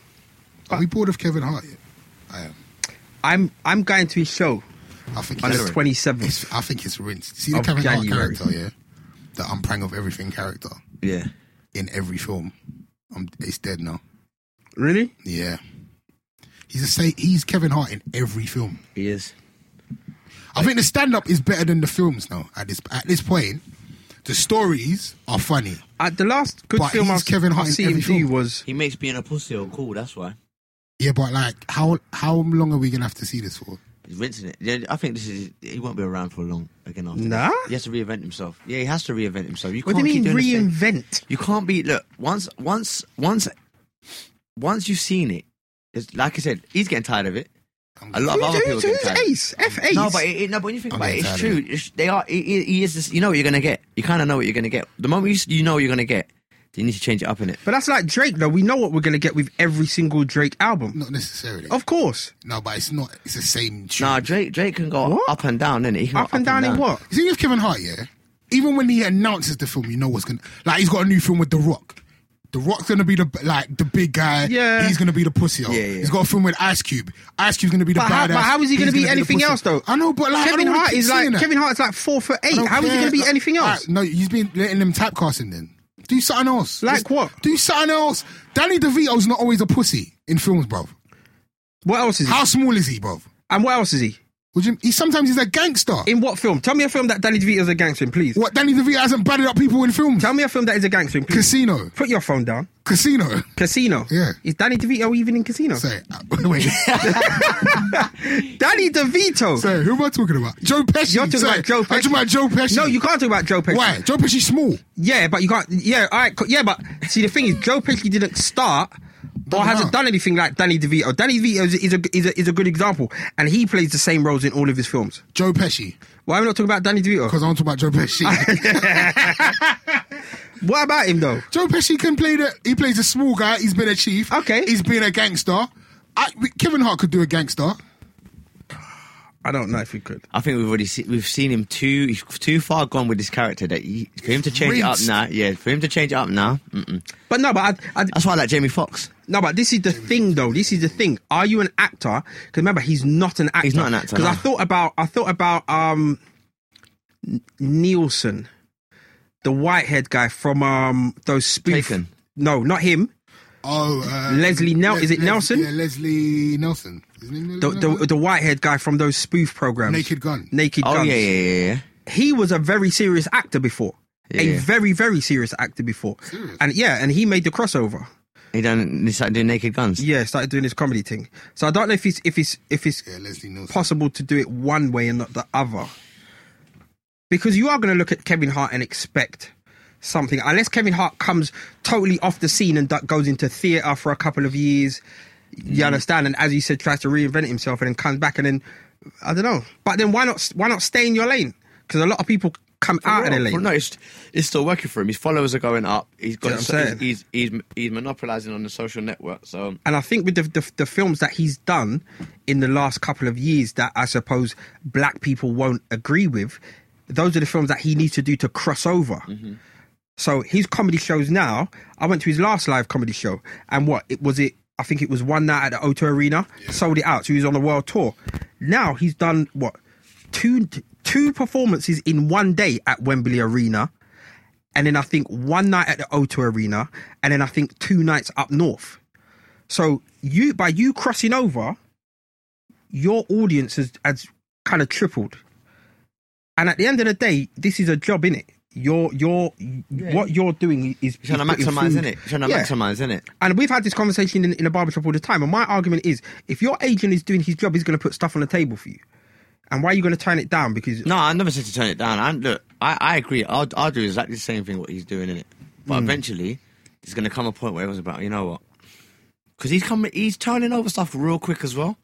Are we bored of Kevin Hart yet? I am. I'm I'm going to his show I think on he's- the 27th. It's, I think it's rinsed. See the Of Kevin January. Hart character, yeah? The I'm prang of everything character yeah. in every film. Um, it's dead now. Really? Yeah. He's a say he's Kevin Hart in every film. He is. I think the stand up is better than the films now at this at this point. The stories are funny. Uh, the last good But film he's I've, Kevin Hart I've in seen him every film. do was He makes being a pussy all cool. That's why Yeah, but like how how long are we gonna have to see this for? he's rinsing it. Yeah, I think this is. He won't be around for long again. After Nah? this. he has to reinvent himself. Yeah, he has to reinvent himself. You What do can't you mean keep doing the same- reinvent? You can't be look once once once once you've seen it. It's, like I said, he's getting tired of it. A lot of Oh, Who's, other people who's, are getting who's tired. Ace? F Ace. No, but it, it- no, but when you think I'm about it, getting it's tired true. of It's- they are. He, he- he is. This, you know what you're gonna get. You kind of know what you're gonna get. The moment you, s- you know what you're gonna get, you need to change it up in it. But that's like Drake, though. We know what we're gonna get with every single Drake album. Not necessarily. Of course. No, but it's not. It's the same. Tune. Nah, Drake Drake can go What? up and down, innit? He can Up, and down in what? You see with Kevin Hart, yeah. Even when he announces the film, you know what's gonna like. He's got a new film with The Rock. The Rock's gonna be the like the big guy. Yeah. he's gonna be the pussy. Yeah, yeah. He's got a film with Ice Cube. Ice Cube's gonna be the But how, badass. but how is he He's going to be the anything pussy. else though? I know, but like I Kevin don't wanna Hart keep is like saying that. Kevin Hart's like four foot I eight. don't How is he care. going to be Like, anything alright, else? no, he's been letting them typecasting. Then do something else. Like Just what? Do something else. Danny DeVito's not always a pussy in films, bro. What else is he? How small is he, bro? And what else is he? Would you? He sometimes he's a gangster. In what film? Tell me a film that Danny DeVito's a gangster in, please. what Danny DeVito hasn't batted up people in films? Tell me a film that is a gangster in, please. Casino, Put your phone down. Casino. Casino. Yeah. Is Danny DeVito even in Casino? Sorry, uh, wait. Danny DeVito. Sorry, who am I talking about? Joe Pesci. You're talking Sorry, about Joe Pesci. I'm talking about Joe Pesci. No, you can't talk about Joe Pesci. Why? Joe Pesci's small. Yeah, but you can't. Yeah, all right. co- Yeah, but see, the thing is, Joe Pesci didn't start or Doesn't hasn't matter. done anything like Danny DeVito. Danny DeVito is, is, a, is, a, is a good example, and he plays the same roles in all of his films. Joe Pesci. Why am I not talking about Danny DeVito? Because I'm talking about Joe Pesci. What about him though? Joe Pesci can play the. He plays a small guy. He's been a chief. Okay. He's been a gangster. I, Kevin Hart could do a gangster. I don't know if he could. I think we've already see, we've seen him too he's too far gone with this character that he, for him to change it up rinsed. now. Yeah, for him to change it up now. Mm-mm. But no, but I, I, That's why I like Jamie Foxx. No, but this is the thing, though. This is the thing. Are you an actor? Because remember, he's not an actor. He's not an actor, Because I no. thought about, I thought about um, N- Nielsen, the whitehead guy from um those spoof. Taken. No, not him. Oh, uh, Leslie Nel- Le- is it Les- Nelson? Yeah, Leslie Nelson. Is his name The, Leslie the Nelson? the whitehead guy from those spoof programs. Mm-hmm. Naked Gun. Naked Oh Guns. yeah, yeah, yeah, yeah. He was a very serious actor before. A Yeah. very very serious actor before. And yeah, and he made the crossover. He done he started doing Naked Guns. Yeah, started doing his comedy thing. So I don't know if it's if it's if it's yeah, Leslie Nelson. possible to do it one way and not the other. Because you are going to look at Kevin Hart and expect something, unless Kevin Hart comes totally off the scene and that goes into theatre for a couple of years. You understand? And as you said, tries to reinvent himself and then comes back and then I don't know. But then why not? Why not stay in your lane? Because a lot of people come out of their Well, lane. no, it's, it's still working for him. His followers are going up. He's Do you know got. what I'm saying? he's, he's he's he's monopolizing on the social network. So and I think with the, the the films that he's done in the last couple of years that I suppose black people won't agree with, those are the films that he needs to do to cross over. So his comedy shows now. I went to his last live comedy show, and what it was it. I think it was one night at the O2 Arena, sold it out. So he was on the world tour. Now he's done what two two performances in one day at Wembley Arena, and then I think one night at the O2 Arena, and then I think two nights up north. So you by you crossing over, your audience has, has kind of tripled. And at the end of the day, this is a job, innit? you're you're what you're doing is You're trying to is putting maximise, food- innit? You're trying to Yeah. maximise, innit? And we've had this conversation in, in a barbershop all the time. And my argument is, if your agent is doing his job, he's going to put stuff on the table for you. And why are you going to turn it down? Because No, I never said to turn it down. I look, I, I agree. I'll, I'll do exactly the same thing what he's doing in it. Hmm. But eventually, there's going to come a point where everyone's about, you know what? Because he's coming, he's turning over stuff real quick as well.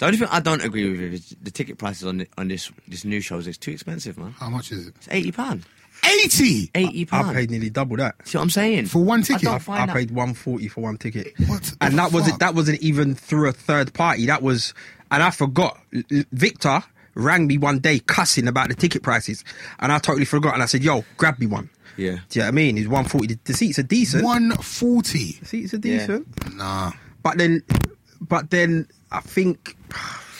The only thing I don't agree with is the ticket prices on the, on this this new shows. It's too expensive, man. How much is it? It's eighty pound, Eighty. eighty I pound. paid nearly double that. See what I'm saying? For one I ticket? don't I've- find I that- paid one forty for one ticket. What the And that wasn't fuck? that wasn't even through a third party. That was, and I forgot. L- L- Victor rang me one day cussing about the ticket prices, and I totally forgot. And I said, "Yo, grab me one." Do Yeah. you know what I mean? It's one forty. The seats are decent. One forty. The seats are decent. Nah. But then, but then I think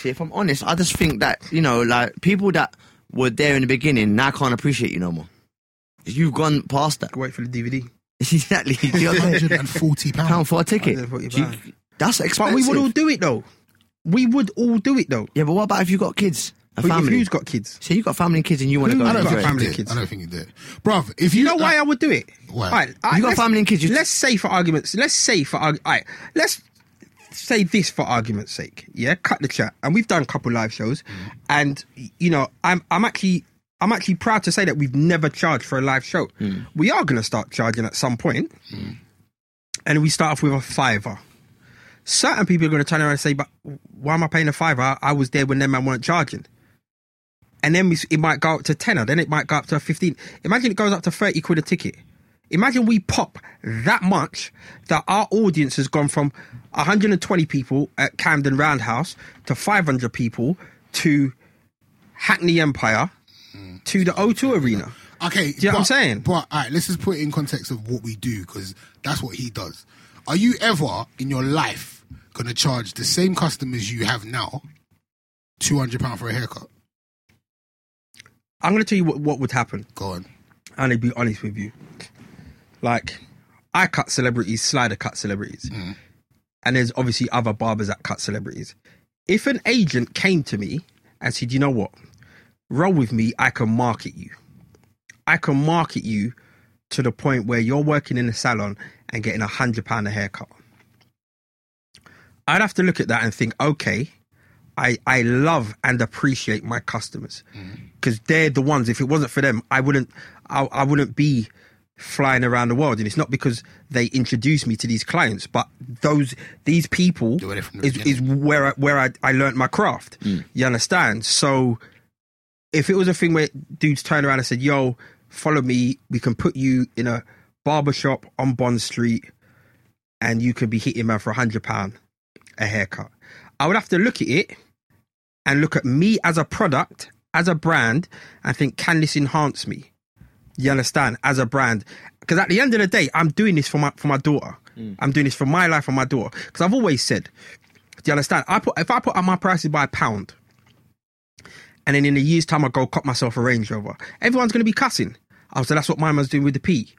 See, if I'm honest, I just think that you know, like people that were there in the beginning now can't appreciate you no more. You've gone past that. wait for the DVD. exactly. Do you know what I'm saying? Hundred and forty pound pounds. for a ticket. £140. Do you- that's But expensive. we would all do it though. We would all do it though. yeah, but what about if you got kids, a But if family? who's got kids? so you got family and kids, and you want to Who- go. I I to don't Got think Israel. you family did. kids. I don't think you did, bruv. If you, You know why I would do it? Why? Alright, alright, you got let's- family and kids, you- Let's say for arguments. Let's say for arg- alright, Let's say this for argument's sake. Yeah, cut the chat. And we've done a couple live shows, Mm. and y- you know, I'm I'm actually. I'm actually proud to say that we've never charged for a live show. Mm. We are going to start charging at some point, and we start off with a fiver. Certain people are going to turn around and say, "But why am I paying a fiver? I, I was there when them man weren't charging." and then we, it might go up to tenner, then it might go up to fifteen. Imagine it goes up to thirty quid a ticket. Imagine we pop that much that our audience has gone from 120 people at Camden Roundhouse to 500 people to Hackney Empire to the O2 Arena. Okay, do you know what I'm saying? But all right, let's just put it in context of what we do because that's what he does. Are you ever in your life gonna charge the same customers you have now two hundred pound for a haircut? I'm going to tell you what, what would happen. Go on. and I'll be honest with you. Like, I cut celebrities, Slider cut celebrities. And there's obviously other barbers that cut celebrities. If an agent came to me and said, you know what, roll with me, I can market you. I can market you to the point where you're working in a salon and getting a hundred pound a haircut. I'd have to look at that and think, okay, I, I love and appreciate my customers Mm-hmm. because they're the ones. If it wasn't for them, I wouldn't I, I wouldn't be flying around the world. And it's not because they introduced me to these clients, but those these people They were there from the Mm. is, is where I, where I, I learned my craft. You understand? So if it was a thing where dudes turned around and said, "Yo, follow me. We can put you in a barber shop on Bond Street, and you could be hitting man for a hundred pound a haircut," I would have to look at it and look at me as a product, as a brand, and think, "Can this enhance me?" You understand? As a brand, because at the end of the day, I'm doing this for my for my daughter. I'm doing this for my life and my daughter. Because I've always said, do you understand? I put if I put up my prices by a pound, and then in a year's time I go cop myself a Range Rover. Everyone's going to be cussing. I was like, that's what my man's doing with the P.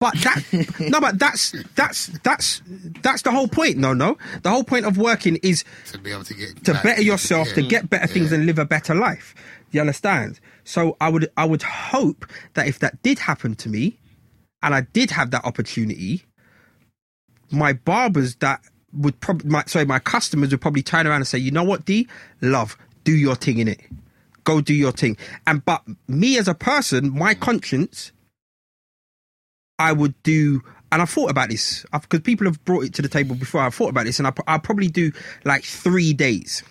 But that no, but that's that's that's that's the whole point. No, no, the whole point of working is To be able to get to back- better yourself, to Yeah. get better things and live a better life. You understand? So I would I would hope that if that did happen to me, and I did have that opportunity, my barbers that would probably my sorry, my customers would probably turn around and say, you know what, D, love, do your thing in it. Go do your thing. And but me as a person, my conscience I would do, and I thought about this because people have brought it to the table before. I thought about this, and I, pro- I'll probably do like three days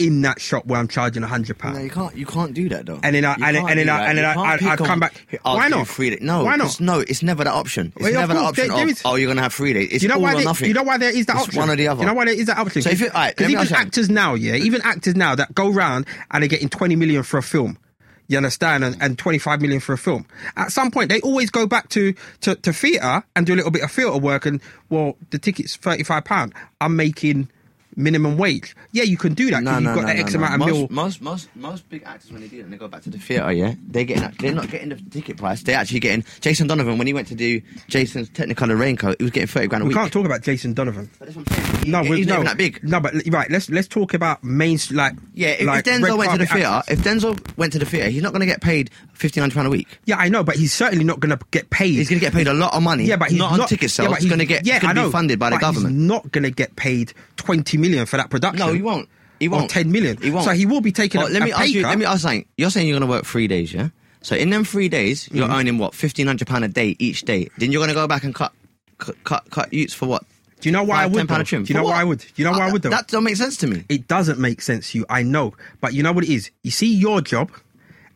in that shop where I'm charging a hundred No, pounds. you can't. You can't do that though. And then I- You and then- can't and then do I- that. and then You I- can't I'd- pick I'd on- come back- Here, I'll Why do not? Three days. No, Why not? it's- No, it's never that option. It's Well, yeah, of never that course, there- option. there of, is- Oh, you're gonna have three days. It's Do you know all why? or There, nothing. do you know why there is that It's option? One or the other. Do you know why there is that option? So if you- alright, because let me even ask you something. actors now, yeah, even actors now that go round and they're getting twenty million for a film. You understand, and, and twenty five million for a film. At some point, they always go back to to, to theatre and do a little bit of theatre work. And well, the ticket's thirty five pound. I'm making minimum wage. Yeah, you can do that because you've got that X amount most, of mil. Most, most, most big actors when they do that, and they go back to the theatre. Yeah, they getting they're not getting the ticket price. They're actually getting Jason Donovan when he went to do Jason's Technicolor Raincoat. He was getting thirty grand a We week. can't talk about Jason Donovan. But that's what I'm saying. No, He's we- not no, even that big. No, but right, let's let's talk about main like Yeah, if, like, if red Denzel went to the carpet theatre, access. if Denzel went to the theatre, he's not going to get paid fifty nine pound a week. yeah, I know, but he's certainly not going to get paid. He's going to get paid a lot of money. yeah, but he's not, not on ticket sales. Yeah, but he's going to get. Yeah, he's going I to know, be funded by the but he's government. not going to get paid twenty million for that production. No, he won't. He Or won't. 10 million. He won't. So he will be taking But a- let me a ask pay you. cut. Let me ask something. You're saying you're going to work three days, yeah? So in them three days, you're Mm-hmm. earning what fifteen hundred pound a day each day. Then you're going to go back and cut, cut, cut, cut utes for what? Do you know why I Five, would, ten pound though? a trim. Do you know For why I what? Uh, would? Do you know why I would, though? That don't make sense to me. it doesn't make sense to you. I know, but you know what it is. You see your job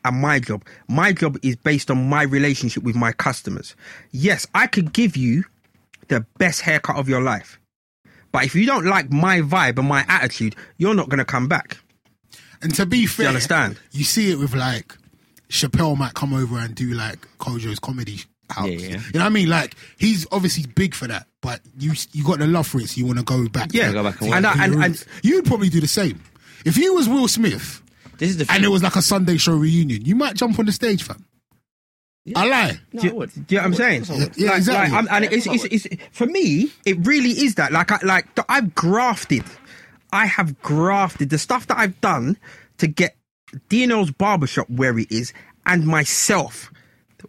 and my job. My job is based on my relationship with my customers. Yes, I could give you the best haircut of your life. But if you don't like my vibe and my attitude, you're not going to come back. And to be fair, understand? You see it with like Chappelle might come over and do like Kojo's comedy house. Yeah, yeah. You know what I mean? Like he's obviously big for that, but you you got the love for it, so you want to go back. Yeah. go back and and, work. I, and, and you'd probably do the same if you was Will Smith This is the. and it was like a Sunday show reunion. You might jump on the stage, fam. I lie. No, Do I you, would. do you know what I'm saying? Yeah, like, Like, exactly. I'm, and it's, it's, it's, for me, it really is that. Like, I, like th- I've grafted, I have grafted the stuff that I've done to get DNL's barbershop where it is and myself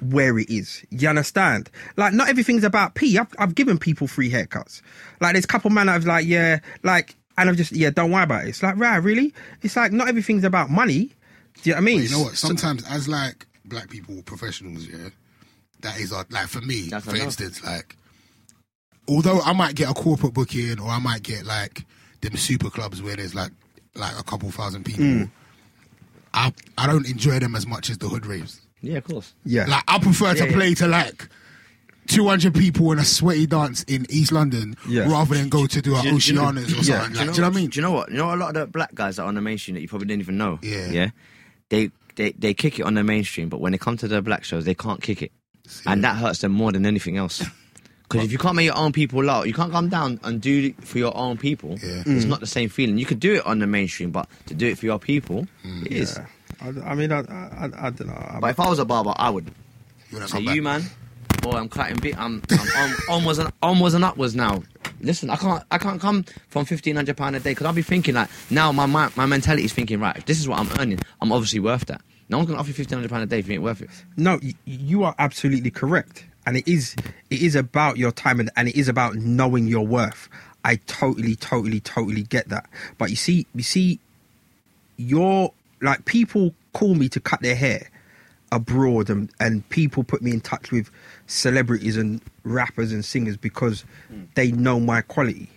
where it is. You understand? Like, not everything's about P. I've, I've given people free haircuts. Like, there's a couple man I've like, yeah, like, and I've just, yeah, don't worry about it. It's like, right, really? It's like, not everything's about money. Do you know what I mean? You know what? Sometimes, as like black people professionals, yeah, that is our, like for me, That's for enough. instance, like although I might get a corporate booking or I might get like them super clubs where there's like like a couple thousand people, Mm. I I don't enjoy them as much as the hood raves. yeah, of course. yeah. Like I prefer to Yeah, yeah. play to like. 200 people in a sweaty dance in East London Yeah. rather than go to do an Do you- do you know- Oceanas or something. Yeah. Like, Do you, know, what I mean? Do you know what? You know a lot of the black guys that are on the mainstream that you probably didn't even know. Yeah. Yeah. They they they kick it on the mainstream, but when they come to the black shows, they can't kick it, and that hurts them more than anything else. Because if you can't make your own people laugh, you can't come down and do it for your own people. Yeah. It's not the same feeling. You could do it on the mainstream, but to do it for your people, Mm. it is. Yeah. I, I mean, I, I, I don't know. But if I was a barber, I would You wanna say, come "You back? man, boy, I'm cutting bit. I'm, I'm on, onwards and onwards and upwards now. Listen, I can't I can't come from fifteen hundred pound a day because I'll be thinking like now my my, my mentality is thinking right. If this is what I'm earning, I'm obviously worth that. No one's gonna offer you fifteen hundred pound a day if you ain't worth it. No, y- you are absolutely correct, and it is it is about your time and, and it is about knowing your worth. I totally, totally, totally get that. But you see, you see, your like people call me to cut their hair abroad, and and people put me in touch with celebrities and rappers and singers because they know my quality.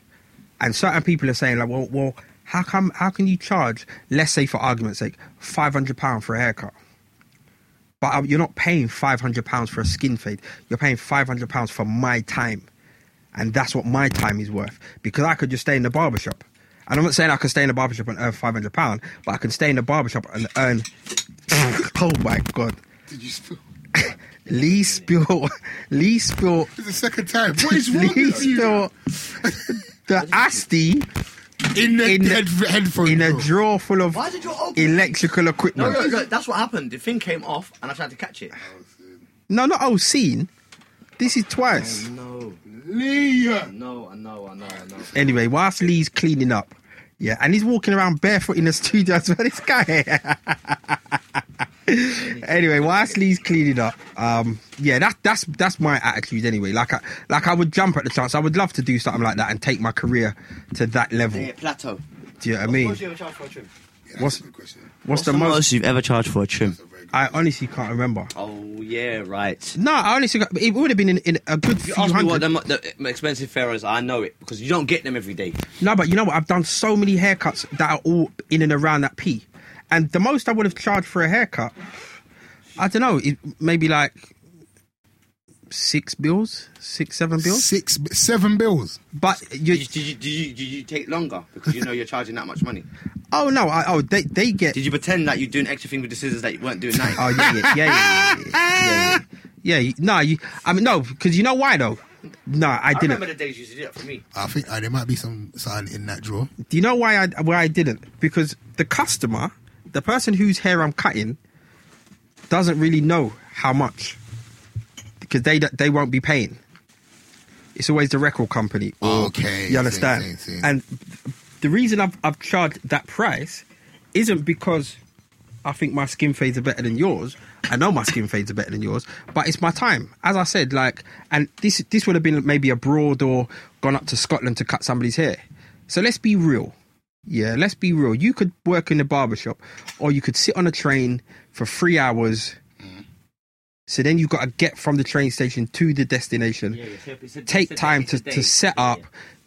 And certain people are saying like, well, well, how come? How can you charge? Let's say for argument's sake, five hundred pound for a haircut. But um, you're not paying five hundred pounds for a skin fade. You're paying five hundred pounds for my time, and that's what my time is worth. Because I could just stay in the barbershop, and I'm not saying I could stay in the barbershop and earn five hundred pound, but I can stay in the barbershop and earn. oh my god, Did you spill? Lee spill, Lee spill, It's the second time. What is wrong Lee with you? spill. The asti In the, in the- head, headphone. in a drawer. drawer full of Why did you open it? electrical No, equipment. no, no, that's what happened. The thing came off and I tried to catch it. No, not old scene. This is twice. No, Leah. no, I know, I know, I know. Anyway, whilst Lee's cleaning up, yeah, and he's walking around barefoot in the studio as well. This guy. anyway, whilst Lee's cleaning up, um, yeah, that's that's that's my attitude anyway. Like I like I would jump at the chance. I would love to do something like that and take my career to that level. plateau. Do you know what I mean? What's your charge for a trim? What's- a good question. What's the most? you've ever charged for a trim? I honestly can't remember. Oh yeah, right. No, I honestly, can't- it would have been in, in a good few You ask me hundred. what the, mo- the expensive pharaohs. I know it because you don't get them every day. No, but you know what? I've done so many haircuts that are all in and around that P. And the most I would have charged for a haircut, I don't know, it, maybe like six bills, six, seven bills. Six, seven bills. But you, Did you, did, you, did, you, did you take longer because you know you're charging that much money? oh no, I, oh they they get. Did you pretend that you're doing extra thing with the scissors that you weren't doing that? Oh yeah, yeah, yeah, yeah, yeah, yeah, yeah. yeah no, you, I mean no, because you know why though. No, I I didn't. remember the days you used to do that for me. I think uh, there might be some something in that drawer. Do you know why I why I didn't? Because the customer, the person whose hair I'm cutting, doesn't really know how much because they don't- they won't be paying. It's always the record company. Okay, Oh, You understand? same, same, same. And the reason I've, I've charged that price isn't because I think my skin fades are better than yours. I know my skin fades are better than yours, but it's my time. As I said, like, and this this would have been maybe abroad or gone up to Scotland to cut somebody's hair. So let's be real. Yeah, let's be real. You could work in a barbershop or you could sit on a train for three hours. So then you've got to get from the train station to the destination take time to, to set up.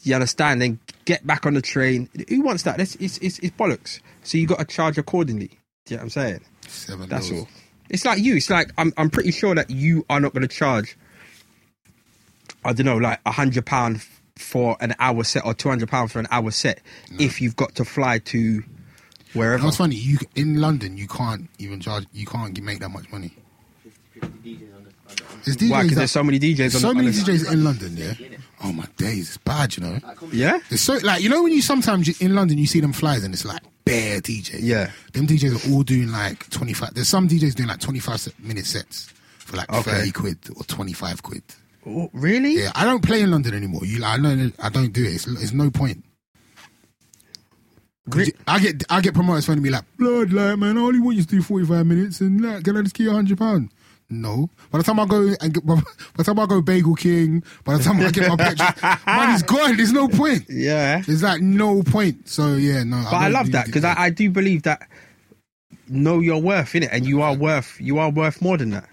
You understand? Then get back on the train. Who wants that? That's it's it's, it's bollocks. So you got to charge accordingly. Do you know what I'm saying? Seven That's lows. all. It's like you. It's like I'm. I'm pretty sure that you are not going to charge. I don't know, like a hundred pound for an hour set or two hundred pound for an hour set if you've got to fly to And wherever. what's funny, you in London, you can't even charge. You can't make that much money. It's DJs Why? Because that- there's so many DJs. so on, the- on many the- DJs in London, yeah. Oh my days, it's bad, you know. Yeah. It's so like you know when you sometimes you- in London you see them flyers and it's like bare DJs. Yeah. them DJs are all doing like twenty five. There's some DJs doing like twenty five se- minute sets for like Okay. thirty quid or twenty five quid. Oh, really? Yeah, I don't play in London anymore. You, like, I know I don't do it. It's, it's no point. 'Cause Re- you- I get I get promoters phoning me like, blood, like man, I only want you to do forty five minutes, and like, can I just give you hundred pound? No. By the time I go and get, by the time I go Bagel King, by the time I get my petrol, money's gone. There's no point. yeah. There's like no point. So yeah, no. but I don't love do that the- because I, I do believe that know your worth in it, and you are worth you are worth more than that.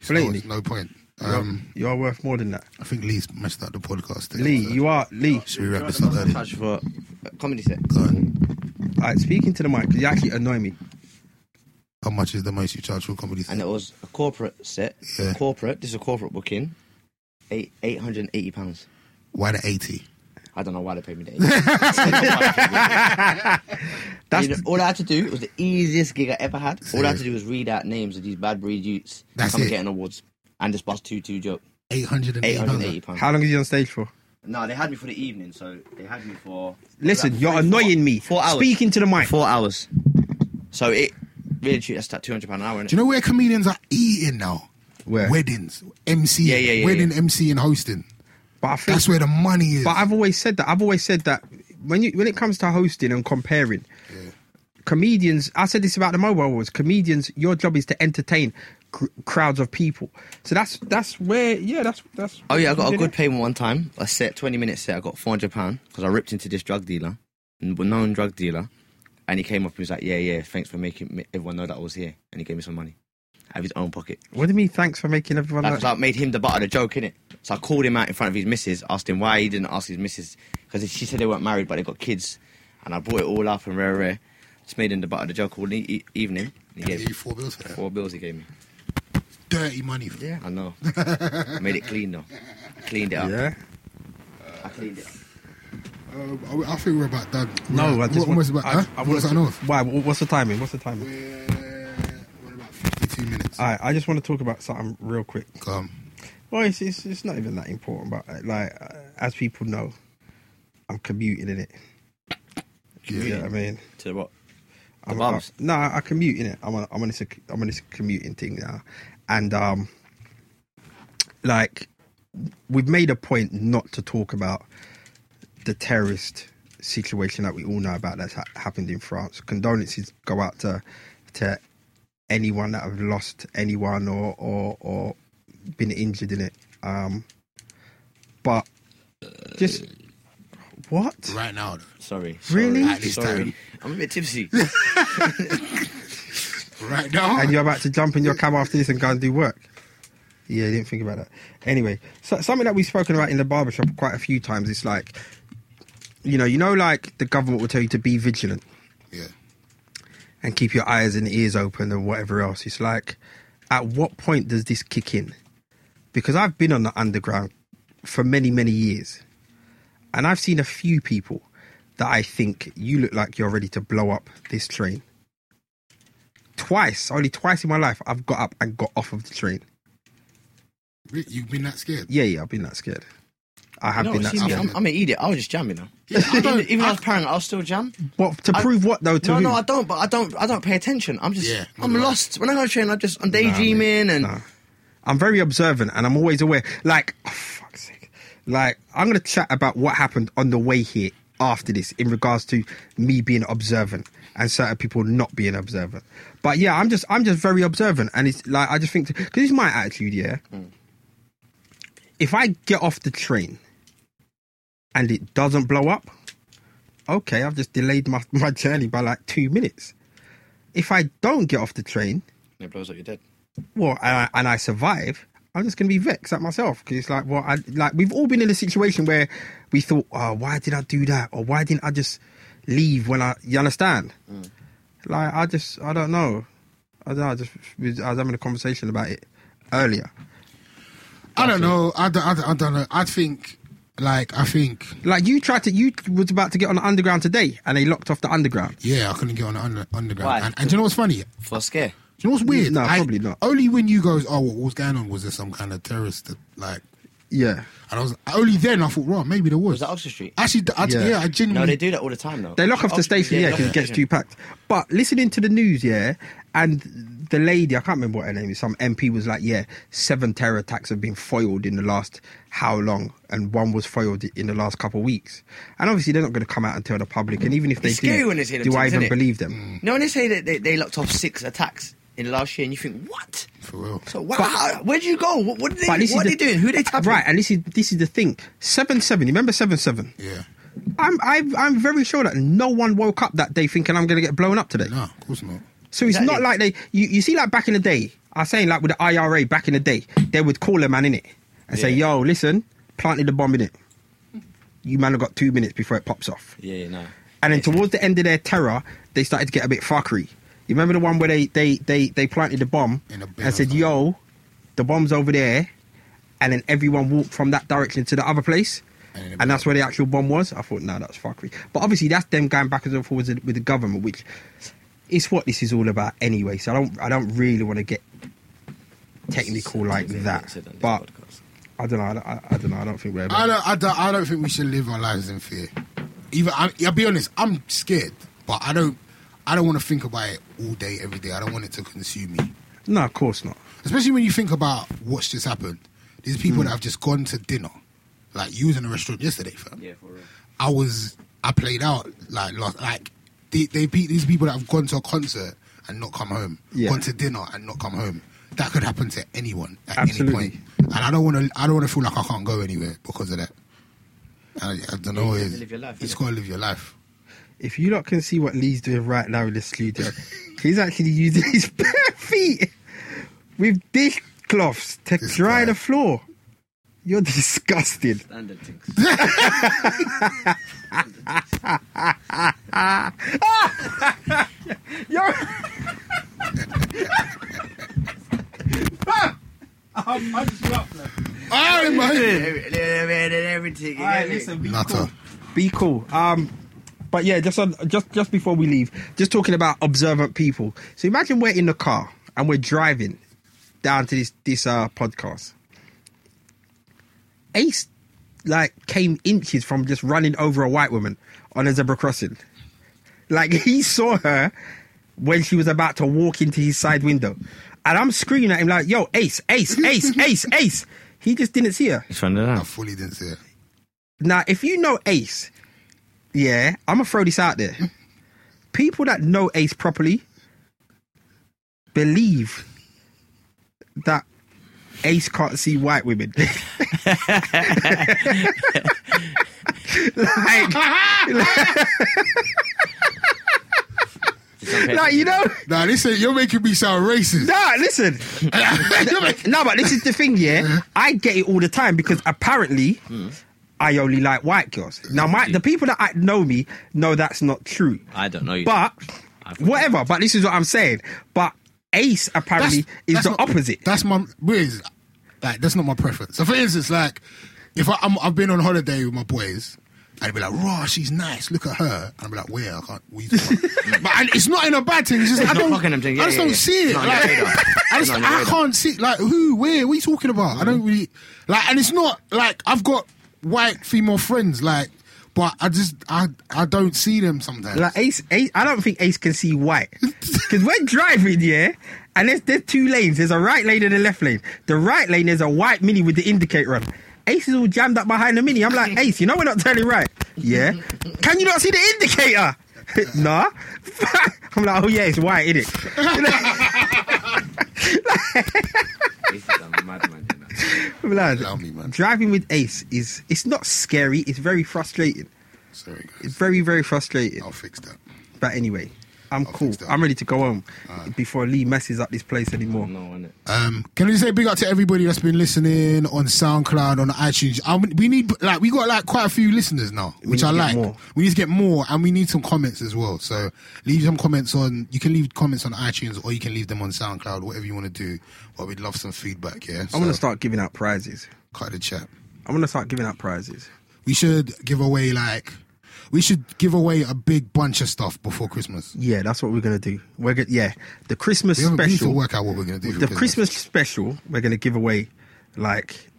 it's no, Blatantly, it's no point. Um, you are worth more than that. I think Lee's messed up the podcast. There, Lee, so- you are Lee. should we wrap this up early? Touch for a comedy set. Go on. All right, speaking to the mic because you actually annoy me. How much is the most you charge for a comedy? set? And it was a corporate set. Yeah. Corporate, this is a corporate booking. Eight eight hundred and eighty pounds. Why the eighty? I don't know why they paid me that. That's That's the- all I had to do it was the easiest gig I ever had. All I had to do was read out names of these bad breed youths That's come it. and get an awards and just bust two two joke. Eight hundred and Eight hundred and eighty eighty. pounds. how long is you on stage for? No, they had me for the evening, so they had me for Listen, like you're three, annoying me. Four hours. Speaking to the mic. Four hours. So it really cheap. That's like two hundred pound an hour. Innit? Do you know where comedians are eating now? Where? Weddings, MC, Yeah, yeah, yeah, wedding yeah. MC and hosting. But I think, That's where the money is. but I've always said that. I've always said that when you when it comes to hosting and comparing, comedians. I said this about the mobile wars. Comedians, your job is to entertain cr- crowds of people. So that's that's where yeah, that's that's. Oh yeah, I got a Yeah. good payment one time. A set, twenty minute set. I got four hundred pound because I ripped into this drug dealer, n- known drug dealer, and he came up and was like, "Yeah, yeah, thanks for making me- everyone know that I was here," and he gave me some money out of his own pocket. What do you mean? Thanks for making everyone. Like, laugh? 'cause I made him the butt of the joke, innit? So I called him out in front of his missus, asked him why he didn't ask his missus, because she said they weren't married, but they got kids. And I brought it all up and rare, rare. Just made him the butt of the joke all e- e- evening. He They gave give you four bills for that. four bills he gave me. Dirty money. For I know. I made it clean, though. I cleaned it up. yeah. I cleaned it. Um, I, I think we're about done. No, we're, I we're just almost want- about. I- huh? I We're wanted about to- enough. Why? wh- What's the timing? What's the timing? We're, we're about fifty-two minutes. All right, I just want to talk about something real quick. Um, Well, it's it's, it's not even that important, but uh, like uh, as people know, I'm commuting in it. yeah. You know what I mean? To the what? I'm, bums? I- no, I commute in it. I'm on, I'm on this I'm on this commuting thing now, and um, like we've made a point not to talk about the terrorist situation that we all know about that's ha- happened in France. Condolences go out to to anyone that have lost anyone or or, or been injured in it. Um, but just what? Right now, though. Sorry. Really? Sorry. At this Sorry. time. I'm a bit tipsy. right now. and you're about to jump in your cab after this and go and do work. Yeah, I didn't think about that. Anyway, so something that we've spoken about in the barbershop quite a few times. It's like, you know, you know, like the government will tell you to be vigilant yeah. and keep your eyes and ears open and whatever else. It's like, at what point does this kick in? Because I've been on the underground for many, many years. And I've seen a few people that I think you look like you're ready to blow up this train. Twice, only twice in my life, I've got up and got off of the train. Re- You've been that scared. Yeah, yeah, I've been that scared. I have No, been that excuse me, scared. I'm, I'm an idiot. I was just jamming now. I even don't- even I was paranoid, I was still jam. What to I- prove what though? To no, who? no, I don't. But I don't. I don't pay attention. I'm just. Yeah, I'm neither do I. lost. When I go to train, I just. I'm Nah, mate, daydreaming and. nah. I'm very observant and I'm always aware. Like, oh, fuck's sake. Like, I'm going to chat about what happened on the way here after this in regards to me being observant and certain people not being observant. But yeah, I'm just I'm just very observant, and it's like I just think because it's my attitude. Yeah, if I get off the train and it doesn't blow up, okay, I've just delayed my my journey by like two minutes. If I don't get off the train, It blows up your dead. well, and I, and I survive, I'm just going to be vexed at myself because it's like, well, I like we've all been in a situation where we thought, oh, why did I do that, or why didn't I just leave when I? You understand? Like I just, I don't know. I don't know. I just I was having a conversation about it earlier. I don't know. I don't, I don't, I don't know. I think, like, I think, Like you tried to, you was about to get on the underground today, and they locked off the underground. yeah, I couldn't get on the under, Why? underground. And, and do you know what's funny? For a scare. Do you know what's weird? No, I- probably not. Only when you goes, oh, what was going on? Was there some kind of terrorist? That, like, Yeah, and I was only then I thought, right, maybe there was. Was that Oxford Street? Actually, I, Yeah. yeah. I No, genuinely. they do that all the time though. They lock off the station, yeah, because it gets too packed. But listening to the news, yeah, and the lady, I can't remember what her name is, some MP was like, yeah, seven terror attacks have been foiled in the last how long, and one was foiled in the last couple of weeks. And obviously, they're not going to come out and tell the public, and even if they It's do, scary when they say them do I things, even innit? Mm. believe them? No, when they say that they, they locked off six attacks in the last year, and you think what? For real. So wow, where'd you go? What, what did they? But What this are is they the- doing? Who they tapping? Right, and this is this is the thing. Seven seven. You remember seven seven? Yeah. I'm I'm I'm very sure that no one woke up that day thinking I'm going to get blown up today. No, of course not. So it's Exactly. not like they you, you see like back in the day. I was saying like with the IRA back in the day, they would call a man in it and say, Yeah. "Yo, listen, planted the bomb in it. You man have got two minutes before it pops off." Yeah, yeah, no. And then towards the end of their terror, they started to get a bit fuckery. You remember the one where they they they, they planted the bomb In a bin and or said, something. "Yo, the bomb's over there," and then everyone walked from that direction to the other place. And then it And that's where the actual bomb was. I thought, no, that's fuckery. But obviously, that's them going backwards and forwards with the government, which is what this is all about anyway. So I don't, I don't really want to get technical like that. But I don't know. I don't, I, I don't know. I don't think we're. I don't, I, don't, I don't think we should live our lives in fear. Even I, I'll be honest, I'm scared, but I don't. I don't want to think about it all day, every day. I don't want it to consume me. No, of course not. Especially when you think about what's just happened. These people that have just gone to dinner, like you was in a restaurant yesterday, fam. Yeah, for real. I was I played out like last like they they beat these people that have gone to a concert and not come home, Yeah. gone to dinner and not come home. That could happen to anyone at Absolutely. any point, and I don't want to. I don't want to feel like I can't go anywhere because of that. I, I don't know. you have it's- to live your life, it's innit? got to live your life. If you lot can see what Lee's doing right now in the studio, he's actually using his bare feet with dishcloths to This dry guy. the floor. You're disgusted. Standard things. You're. I'm, I'm just up, All right, man. Every- Everything. listen, be Nutter. cool. Be cool. Um, but yeah, just on, just just before we leave, just talking about observant people. So imagine we're in the car and we're driving down to this this uh, podcast. Ace like came inches from just running over a white woman on a zebra crossing. Like he saw her when she was about to walk into his side window. And I'm screaming at him like, yo, Ace, Ace, Ace, Ace, Ace. He just didn't see her. It's running I out. fully didn't see it. Now, if you know Ace, yeah, I'm gonna throw this out there. People that know Ace properly believe that Ace can't see white women. like, like, you know, Nah, this ain't, you're making me sound racist. nah, listen. You're making- No, but this is the thing, yeah. I get it all the time because apparently Hmm. I only like white girls. Now, my, the people that I- know me know that's not true. I don't know. You But I've- whatever. But this is what I'm saying. But Ace apparently is that's the not- opposite. That's my weird. Like that's not my preference. So for instance, like if I, I'm, I've been on holiday with my boys, I'd be like, "Raw, she's nice. Look at her." And I'd be like, "Where? I can't." What are you talking about?" but and it's not in a bad thing. It's just I not don't. fucking them thing, yeah, I just yeah, don't yeah. see it. It's not on your like, radar. I It's just not on your I radar. Mm. can't see like who, where, what are you talking about? I don't really like. And it's not like I've got white female friends like. But I just I I don't see them sometimes. Like Ace, Ace, I don't think Ace can see white because we're driving, yeah. And there's there's two lanes. There's a right lane and a left lane. The right lane is a white mini with the indicator on. Ace is all jammed up behind the mini. I'm like, Ace, you know we're not turning right. Yeah. Can you not see the indicator? nah. I'm like, oh yeah, it's white, isn't it? This is a madman. you know. Lad, Allow me, man. driving with Ace is it's not scary. It's very frustrating. Sorry, guys. It's very very frustrating. I'll fix that. But anyway, I'm I'll cool. fix that. I'm ready to go home before Lee messes up this place anymore. No, innit? Um, can I just say big up to everybody that's been listening on SoundCloud, on iTunes. Um, we need like we got like quite a few listeners now, which need I to get like. more. We need to get more, and we need some comments as well. So leave some comments on. You can leave comments on iTunes, or you can leave them on SoundCloud, whatever you want to do. But we'd love some feedback. Yeah, I'm gonna start giving out prizes. cut the chat. I'm gonna start giving out prizes. We should give away like we should give away a big bunch of stuff before Christmas. Yeah, that's what we're gonna do. We're gonna yeah, the Christmas We, haven't- we need to special. work out what we're gonna do. for the Christmas special, we're gonna give away like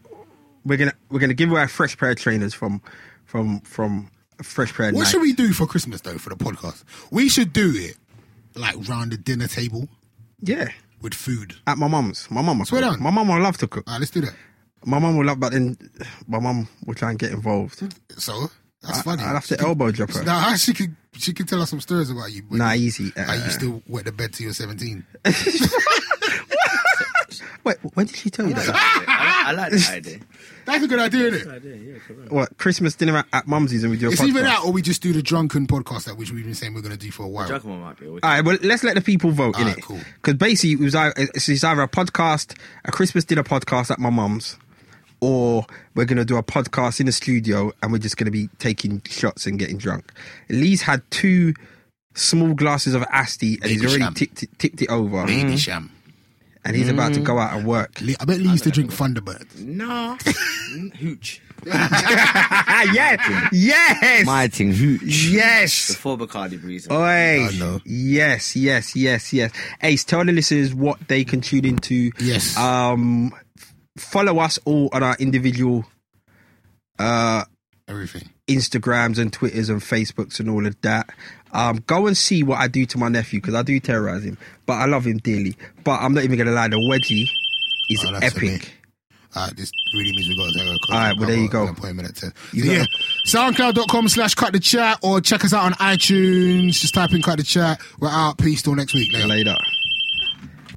we're gonna we're gonna give away our fresh pair of trainers from from from fresh pair. of What Nike. should we do for Christmas though for the podcast? We should do it like round the dinner table Yeah, with food. at my mum's. My mum. will Swear cook. down. My mum will love to cook. All right, let's do that. My mum will love, but then my mum will try and get involved. So that's I, funny. I'll have She to could- elbow drop her. Nah, she could she could tell us some stories about you. but Nah, easy. How you Uh, still wet the bed till you're 17. Wait, when did she tell you that? I, I like that idea. That's a good idea, isn't it? What Christmas dinner at, at Mumsy's and with your It's podcast? either that or we just do the drunken podcast that which we've been saying we're going to do for a while. Giacomo might be a wicked. All right, well, let's let the people vote in Alright, it. cool. Because basically, it was either, it's it's either a podcast, a Christmas dinner podcast at my mum's, or we're going to do a podcast in the studio and we're just going to be taking shots and getting drunk. Lee's had two small glasses of Asti and he's Baby already sham. tipped it, tipped it over Baby Mm. sham. and he's about to go out and work. Lee- I bet Lee used to drink Thunderbird. No. Hooch. Ah, yeah. Yes. My thing, hooch. yes. Before Bacardi Breeze. Oi. I know. Yes, yes, yes, yes. Ace, tell the listeners what they can tune into. Yes. Um, f- follow us all on our individual Everything. Instagrams and Twitters and Facebooks and all of that. Um, go and see what I do to my nephew because I do terrorize him, but I love him dearly. But I'm not even gonna lie, the wedgie is Oh, that's epic. amazing. All right, Uh, this really means we got to take a call. All right, well, there you go. An appointment at 10. You So, got- yeah, soundcloud.com slash cut the chat or check us out on iTunes. Just type in cut the chat. We're out. Peace. Till next week. Later. Later.